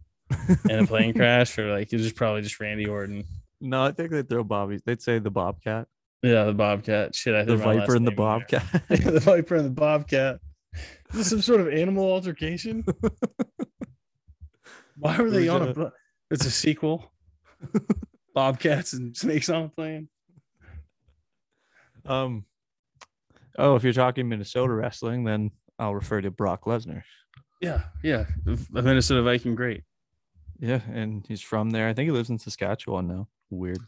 Speaker 1: in a plane crash, or like it was probably just Randy Orton.
Speaker 2: no, I think they'd throw Bobby. They'd say the Bobcat,
Speaker 1: Yeah, the Bobcat. Shit, I
Speaker 2: the
Speaker 1: threw my last
Speaker 2: Viper, and the
Speaker 1: name in there.
Speaker 2: Bobcat.
Speaker 1: Yeah, the viper and the bobcat. Is this some sort of animal altercation? Why were they
Speaker 2: Who's
Speaker 1: on
Speaker 2: in
Speaker 1: a?
Speaker 2: it?
Speaker 1: bu- It's a sequel. Bobcats and snakes on a plane.
Speaker 2: um, oh, if you're talking Minnesota wrestling, then I'll refer to Brock Lesnar.
Speaker 1: Yeah, yeah. A Minnesota Viking, great.
Speaker 2: Yeah, and he's from there. I think he lives in Saskatchewan now. Weird.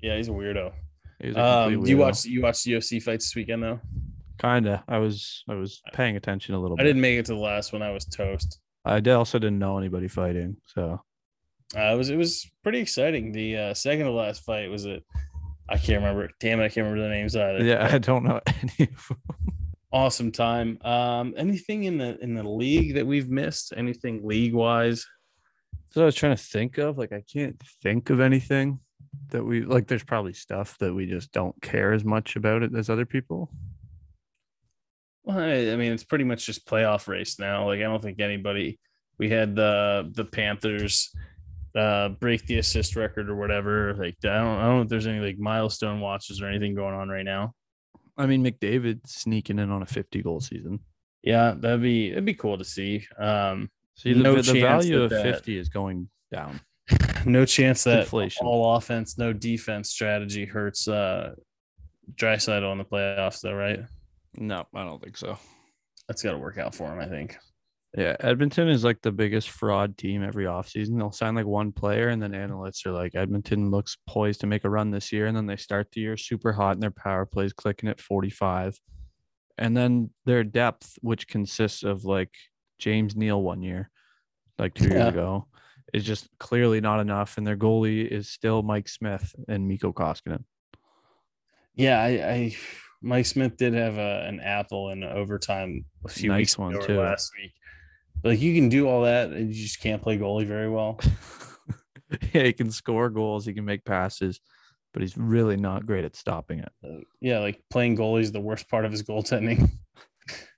Speaker 1: Yeah, he's a weirdo.
Speaker 2: He's a complete
Speaker 1: Um, do you
Speaker 2: weirdo.
Speaker 1: watch you watch the UFC fights this weekend though?
Speaker 2: Kinda. I was I was paying attention a little
Speaker 1: I
Speaker 2: bit.
Speaker 1: didn't make it to the last one. I was toast.
Speaker 2: I did, also didn't know anybody fighting. So
Speaker 1: Uh, it was it was pretty exciting. The uh, second to last fight was it. I can't remember. Damn it, I can't remember the names either.
Speaker 2: yeah, I don't know any of them.
Speaker 1: awesome time um anything in the in the league that we've missed anything league wise
Speaker 2: So I was trying to think of like I can't think of anything that we like. There's probably stuff that we just don't care as much about it as other people.
Speaker 1: well I, I mean it's pretty much just playoff race now like i don't think anybody we had the the panthers uh break the assist record or whatever like i don't i don't know if there's any like milestone watches or anything going on right now
Speaker 2: I mean, McDavid sneaking in on a 50 goal season.
Speaker 1: yeah that'd be it'd be cool to see um
Speaker 2: See, the,
Speaker 1: No
Speaker 2: the
Speaker 1: chance
Speaker 2: value
Speaker 1: that
Speaker 2: of
Speaker 1: that-
Speaker 2: 50 is going down.
Speaker 1: no chance that
Speaker 2: Inflation.
Speaker 1: all offense no defense strategy hurts uh dry side on the playoffs though right
Speaker 2: No, I don't think so.
Speaker 1: that's got to work out for him i think
Speaker 2: Yeah, Edmonton is like the biggest fraud team every offseason. They'll sign like one player, and then analysts are like, Edmonton looks poised to make a run this year. And then they start the year super hot, and their power plays clicking at 45. And then their depth, which consists of like James Neal one year, like two years
Speaker 1: Yeah.
Speaker 2: ago, is just clearly not enough. And their goalie is still Mike Smith and Miko Koskinen.
Speaker 1: Yeah, I, I Mike Smith did have a, an apple in overtime a few
Speaker 2: Nice
Speaker 1: weeks
Speaker 2: one,
Speaker 1: ago or
Speaker 2: too.
Speaker 1: last week. Like you can do all that, and you just can't play goalie very well.
Speaker 2: yeah, he can score goals, he can make passes, but he's really not great at stopping it.
Speaker 1: Yeah, like playing goalie is the worst part of his goaltending.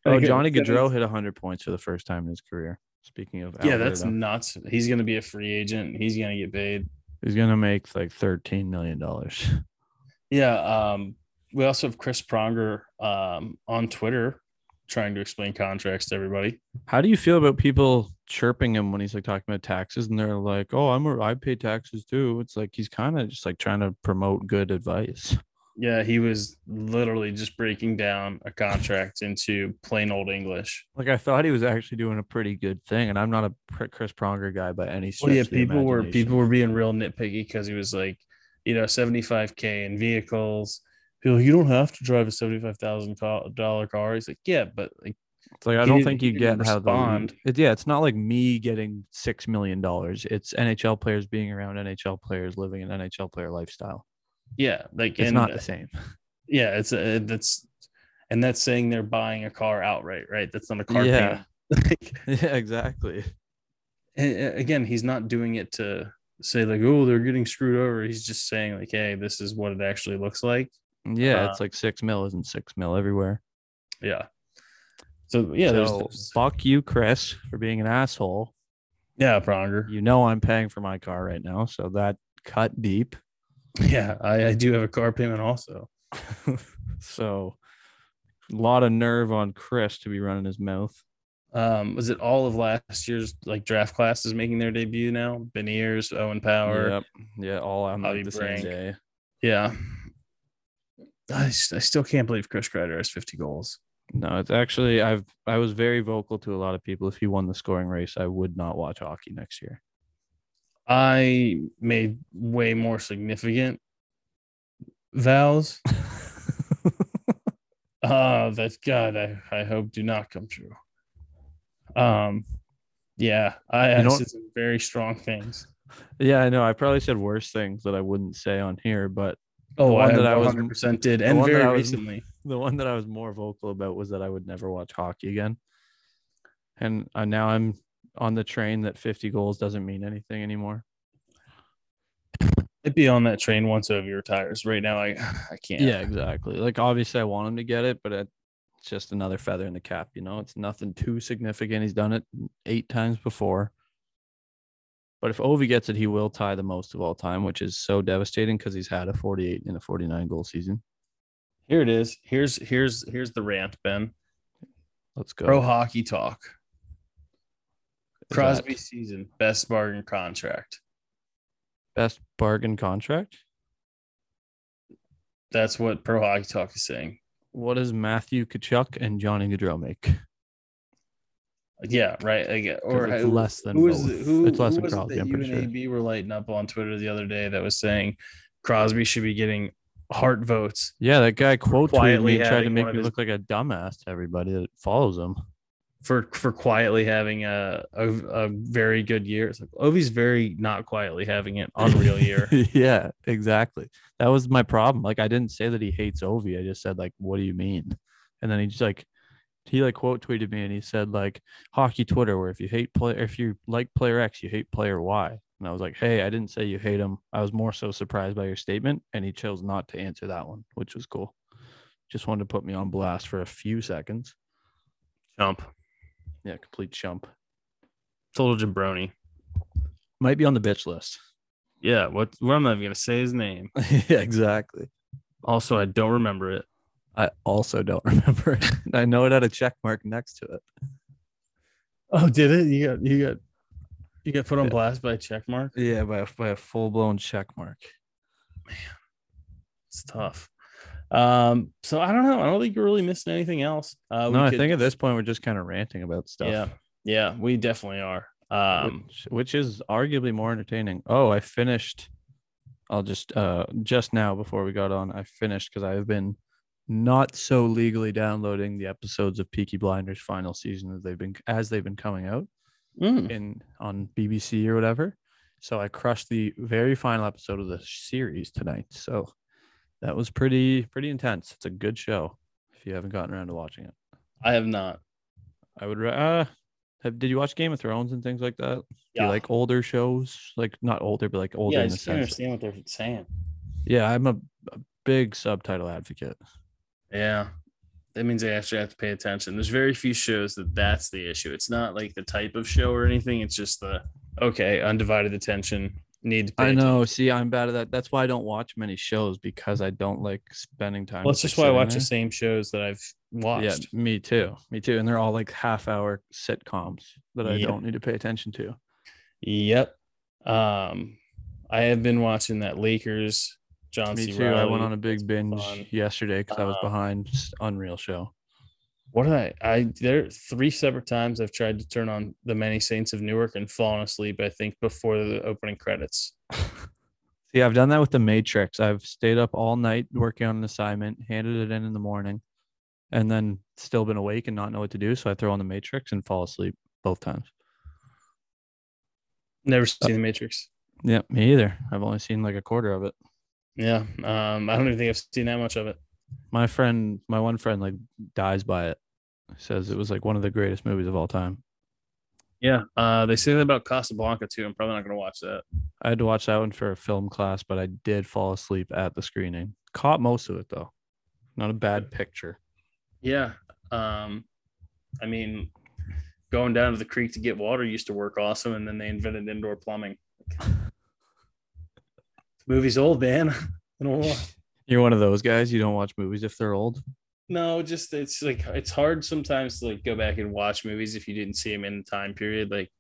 Speaker 2: Oh,
Speaker 1: Like,
Speaker 2: Johnny
Speaker 1: it's gonna-
Speaker 2: Gaudreau hit 100 points for the first time in his career. Speaking of,
Speaker 1: Yeah, that's
Speaker 2: Alberta,
Speaker 1: nuts. He's going to be a free agent. He's going to get paid.
Speaker 2: he's gonna make like 13 million dollars.
Speaker 1: Yeah. Um, we also have Chris Pronger um, on Twitter trying to explain contracts to everybody.
Speaker 2: How do you feel about people chirping him when he's like talking about taxes and they're like, "Oh, I'm a, I pay taxes too." It's like he's kind of just like trying to promote good advice.
Speaker 1: Yeah, he was literally just breaking down a contract into plain old English.
Speaker 2: Like I thought he was actually doing a pretty good thing, and I'm not a pr- Chris Pronger guy by any stretch.
Speaker 1: Well, yeah,
Speaker 2: of the
Speaker 1: people were
Speaker 2: imagination.
Speaker 1: people were being real nitpicky because he was like, you know, seventy five k in vehicles. People, you don't have to drive a seventy five thousand dollar car. He's like, yeah, but like,
Speaker 2: It's like I
Speaker 1: he
Speaker 2: don't
Speaker 1: didn't-
Speaker 2: think
Speaker 1: he
Speaker 2: you
Speaker 1: didn't
Speaker 2: get how the
Speaker 1: respond.
Speaker 2: it, yeah, it's not like me getting six million dollars. It's NHL players being around NHL players, living an NHL player lifestyle.
Speaker 1: yeah, like,
Speaker 2: It's
Speaker 1: and
Speaker 2: not the same.
Speaker 1: yeah, it's a, that's, and that's saying they're buying a car outright, right? That's not a car
Speaker 2: Yeah.
Speaker 1: payment. like,
Speaker 2: yeah, exactly.
Speaker 1: a- a- again, he's not doing it to say like, oh, they're getting screwed over. He's just saying like, hey, this is what it actually looks like.
Speaker 2: Yeah,
Speaker 1: Uh,
Speaker 2: it's like six mil isn't six mil everywhere.
Speaker 1: Yeah. So yeah, there's,
Speaker 2: So,
Speaker 1: there's-
Speaker 2: fuck you, Chris, for being an asshole.
Speaker 1: yeah, Pronger.
Speaker 2: You know I'm paying for my car right now, so that cut deep.
Speaker 1: Yeah, I, I do have a car payment also.
Speaker 2: so, a lot of nerve on Chris to be running his mouth.
Speaker 1: Um, was it all of last year's like draft class is making their debut now? Beniers, Owen Power.
Speaker 2: yep. Yeah, all on
Speaker 1: Bobby
Speaker 2: like, the same
Speaker 1: Brink.
Speaker 2: day.
Speaker 1: Yeah. I, s- I still can't believe Chris Kreider has 50 goals.
Speaker 2: No, it's actually I've I was very vocal to a lot of people. If he won the scoring race, I would not watch hockey next year.
Speaker 1: I made way more significant vows. Oh, that God, I, I hope do not come true. Um, yeah, I
Speaker 2: You know
Speaker 1: actually
Speaker 2: what-
Speaker 1: some very strong things.
Speaker 2: yeah, I know. I probably said worse things that I wouldn't say on here, but
Speaker 1: Oh,
Speaker 2: one
Speaker 1: I
Speaker 2: that I was-
Speaker 1: 100 percent did, and
Speaker 2: one that
Speaker 1: very
Speaker 2: I was-
Speaker 1: recently.
Speaker 2: the one that I was more vocal about was that I would never watch hockey again. And uh, now I'm on the train that 50 goals doesn't mean anything anymore.
Speaker 1: I'd be on that train once Ovi retires. Right now, I I can't.
Speaker 2: exactly. Like obviously I want him to get it, but it- it's just another feather in the cap, you know. It's nothing too significant. He's done it 8 times before. But if Ovi gets it, he will tie the most of all time, which is so devastating because he's had a 48 and a 49 goal season.
Speaker 1: Here it is. Here's here's here's the rant, Ben.
Speaker 2: Let's go.
Speaker 1: Pro hockey talk.
Speaker 2: Is that
Speaker 1: Crosby season best bargain contract.
Speaker 2: best bargain contract.
Speaker 1: That's what pro hockey talk is saying.
Speaker 2: What does Matthew Kachuk and Johnny Gaudreau make?
Speaker 1: Yeah, right. I get-
Speaker 2: 'Cause
Speaker 1: Or
Speaker 2: it's
Speaker 1: who-
Speaker 2: less than
Speaker 1: who was
Speaker 2: both.
Speaker 1: who?
Speaker 2: It's less
Speaker 1: who
Speaker 2: than
Speaker 1: was it
Speaker 2: Crosby,
Speaker 1: that
Speaker 2: I'm
Speaker 1: you
Speaker 2: pretty
Speaker 1: and
Speaker 2: sure.
Speaker 1: AB were lighting up on Twitter the other day that was saying Crosby should be getting heart votes.
Speaker 2: Yeah, that guy quote tweeted
Speaker 1: quietly
Speaker 2: me and tried to
Speaker 1: having
Speaker 2: make
Speaker 1: one of
Speaker 2: me
Speaker 1: his-
Speaker 2: look like a dumbass to everybody that follows him.
Speaker 1: For, for quietly having a, a a very good year, it's like Ovi's very not quietly having an unreal year.
Speaker 2: yeah, exactly. That was my problem. Like, I didn't say that he hates Ovi. I just said, like, what do you mean? And then he just like, he like quote tweeted me and he said like hockey Twitter where if you hate player if you like player X you hate player Y and I was like hey I didn't say you hate him I was more so surprised by your statement and he chose not to answer that one which was cool just wanted to put me on blast for a few seconds
Speaker 1: Jump,
Speaker 2: yeah complete chump
Speaker 1: total jabroni.
Speaker 2: might be on the bitch list
Speaker 1: Yeah, what? Well, I'm not even gonna say his name.
Speaker 2: yeah, exactly.
Speaker 1: Also, I don't remember it.
Speaker 2: I also don't remember. it. I know it had a check mark next to it.
Speaker 1: Oh, did it? You got you got you got put on
Speaker 2: Yeah.
Speaker 1: blast by a check mark.
Speaker 2: Yeah, by a, by a full blown check mark.
Speaker 1: It's tough. Um, so I don't know. I don't think you're really missing anything else. Uh,
Speaker 2: no, I
Speaker 1: could-
Speaker 2: think at this point we're just kind of ranting about stuff.
Speaker 1: Yeah, yeah, we definitely are. Um,
Speaker 2: which, which is arguably more entertaining. Oh, I finished. I'll just uh just now before we got on, I finished because I've been not so legally downloading the episodes of Peaky Blinders final season as they've been as they've been coming out.
Speaker 1: mm,
Speaker 2: in on BBC or whatever. So I crushed the very final episode of the series tonight. So that was pretty pretty intense. It's a good show. If you haven't gotten around to watching it,
Speaker 1: I have not.
Speaker 2: I would. re- Uh, Have, did you watch Game of Thrones and things like that? Do
Speaker 1: Yeah.
Speaker 2: you like older shows? Like not older, but like older
Speaker 1: yeah, I
Speaker 2: in the
Speaker 1: just can't
Speaker 2: sense.
Speaker 1: understand what they're saying.
Speaker 2: Yeah, I'm a, a big subtitle advocate.
Speaker 1: Yeah. That means I actually have to pay attention. There's very few shows that that's the issue. It's not like the type of show or anything. It's just the okay, undivided attention. Need to pay
Speaker 2: I know. See, I'm bad at that. That's why I don't watch many shows because I don't like spending time.
Speaker 1: Well, that's just why I watch the same shows that I've watched.
Speaker 2: Yeah, me too. Me too. And they're all like half hour sitcoms that I
Speaker 1: Yep.
Speaker 2: don't need to pay attention to.
Speaker 1: Yep. Um, I have been watching that Lakers John
Speaker 2: Me
Speaker 1: C.
Speaker 2: too. I went
Speaker 1: Reilly.
Speaker 2: on a big binge
Speaker 1: fun.
Speaker 2: yesterday because I was
Speaker 1: Um,
Speaker 2: behind s- Unreal Show.
Speaker 1: what did I? I there three separate times I've tried to turn on the Many Saints of Newark and fallen asleep. I think before the opening credits.
Speaker 2: See, I've done that with the Matrix. I've stayed up all night working on an assignment, handed it in in the morning, and then still been awake and not know what to do. So I throw on the Matrix and fall asleep both times.
Speaker 1: Never seen The Matrix.
Speaker 2: Yeah, me either. I've only seen like a quarter of it.
Speaker 1: Yeah. Um, I don't even think I've seen that much of it.
Speaker 2: My friend, my one friend, like dies by it. Says it was like one of the greatest movies of all time.
Speaker 1: Yeah. Uh, they say that about Casablanca too. I'm probably not gonna watch that.
Speaker 2: I had to watch that one for a film class, but I did fall asleep at the screening. Caught most of it though. Not a bad picture.
Speaker 1: Yeah. Um, I mean, going down to the creek to get water used to work awesome, and then they invented indoor plumbing. movie's old, man. I don't know.
Speaker 2: You're one of those guys. You don't watch movies if they're old.
Speaker 1: No, just it's like it's hard sometimes to like go back and watch movies if you didn't see them in the time period. Like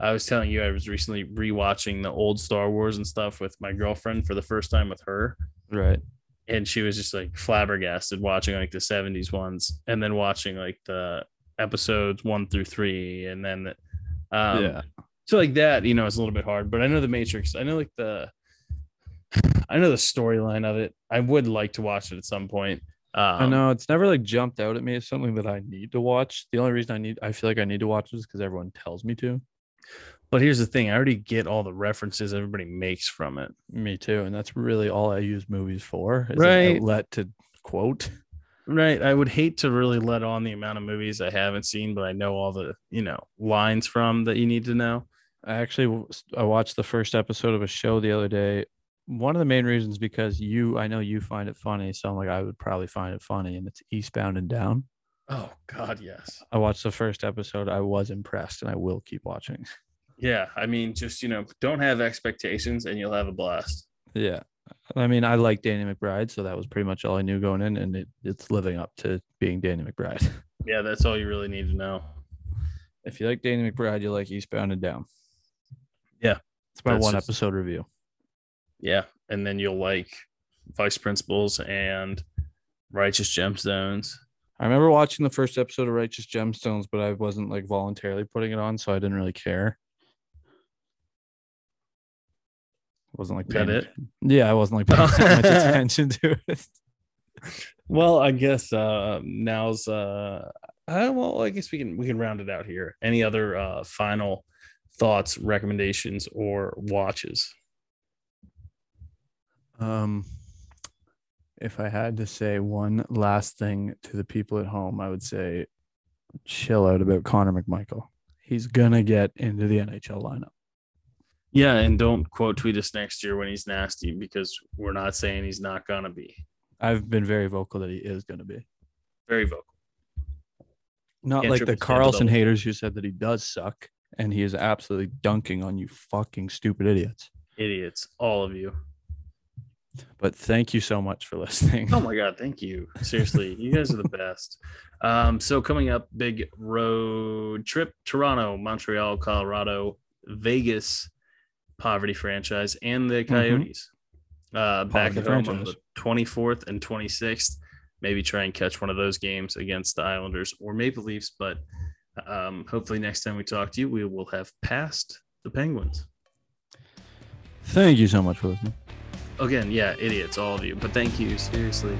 Speaker 1: I was telling you, I was recently rewatching the old Star Wars and stuff with my girlfriend for the first time with her.
Speaker 2: Right.
Speaker 1: and she was just like flabbergasted watching like the 70s ones and then watching like the episodes one through three and then um
Speaker 2: yeah.
Speaker 1: so like that you know it's a little bit hard but i know the matrix i know like the i know the storyline of it i would like to watch it at some point um,
Speaker 2: I know it's never like jumped out at me. It's something that I need to watch. The only reason I need, I feel like I need to watch is because everyone tells me to.
Speaker 1: but here's the thing i already get all the references everybody makes from it
Speaker 2: Me too. And that's really all I use movies for. Is
Speaker 1: Right.
Speaker 2: An outlet to quote.
Speaker 1: right i would hate to really let on the amount of movies i haven't seen but i know all the you know lines from that you need to know
Speaker 2: I actually w- s- I watched the first episode of a show the other day. One of the main reasons because you I know you find it funny, so I'm like I would probably find it funny, and it's Eastbound and Down.
Speaker 1: oh god yes
Speaker 2: I watched the first episode. I was impressed, and I will keep watching.
Speaker 1: Yeah, I mean, just you know, don't have expectations, and you'll have a blast.
Speaker 2: Yeah, I mean I like Danny McBride, so that was pretty much all I knew going in, and it, it's living up to being Danny McBride.
Speaker 1: Yeah, that's all you really need to know.
Speaker 2: If you like Danny McBride, you like Eastbound and Down.
Speaker 1: Yeah,
Speaker 2: it's my
Speaker 1: that's
Speaker 2: one
Speaker 1: just-
Speaker 2: episode review.
Speaker 1: Yeah, and then you'll like Vice Principals and Righteous Gemstones.
Speaker 2: I remember watching the first episode of Righteous Gemstones, but I wasn't like voluntarily putting it on, so I didn't really care. Wasn't like
Speaker 1: Is that
Speaker 2: paying-
Speaker 1: it?
Speaker 2: Yeah, I wasn't like paying that much attention to it.
Speaker 1: Well, I guess uh, now's. Uh, I, well, I guess we can we can round it out here. Any other uh, final thoughts, recommendations, or watches?
Speaker 2: Um, if I had to say one last thing to the people at home, I would say, chill out about Connor McMichael. He's gonna get into the NHL lineup.
Speaker 1: Yeah, and don't quote tweet us next year when he's nasty because we're not saying he's not gonna be
Speaker 2: I've been very vocal that he is gonna be.
Speaker 1: very vocal.
Speaker 2: Not
Speaker 1: Yeah,
Speaker 2: like the
Speaker 1: Trippel's
Speaker 2: Carlson
Speaker 1: double-double.
Speaker 2: haters who said that he does suck and he is absolutely dunking on you fucking stupid idiots.
Speaker 1: Idiots, all of you.
Speaker 2: But thank you so much for listening.
Speaker 1: Oh my god, thank you. Seriously, you guys are the best. Um, so coming up, big road trip: Toronto, Montreal, Colorado, Vegas, Poverty franchise, and the Coyotes. Uh, back
Speaker 2: Mm-hmm. Poverty
Speaker 1: at home on
Speaker 2: franchise.
Speaker 1: the twenty fourth and twenty sixth. Maybe try and catch one of those games against the Islanders or Maple Leafs. But um, hopefully, next time we talk to you, we will have passed the Penguins.
Speaker 2: Thank you so much for listening.
Speaker 1: Again, yeah, idiots, all of you. But thank you, seriously.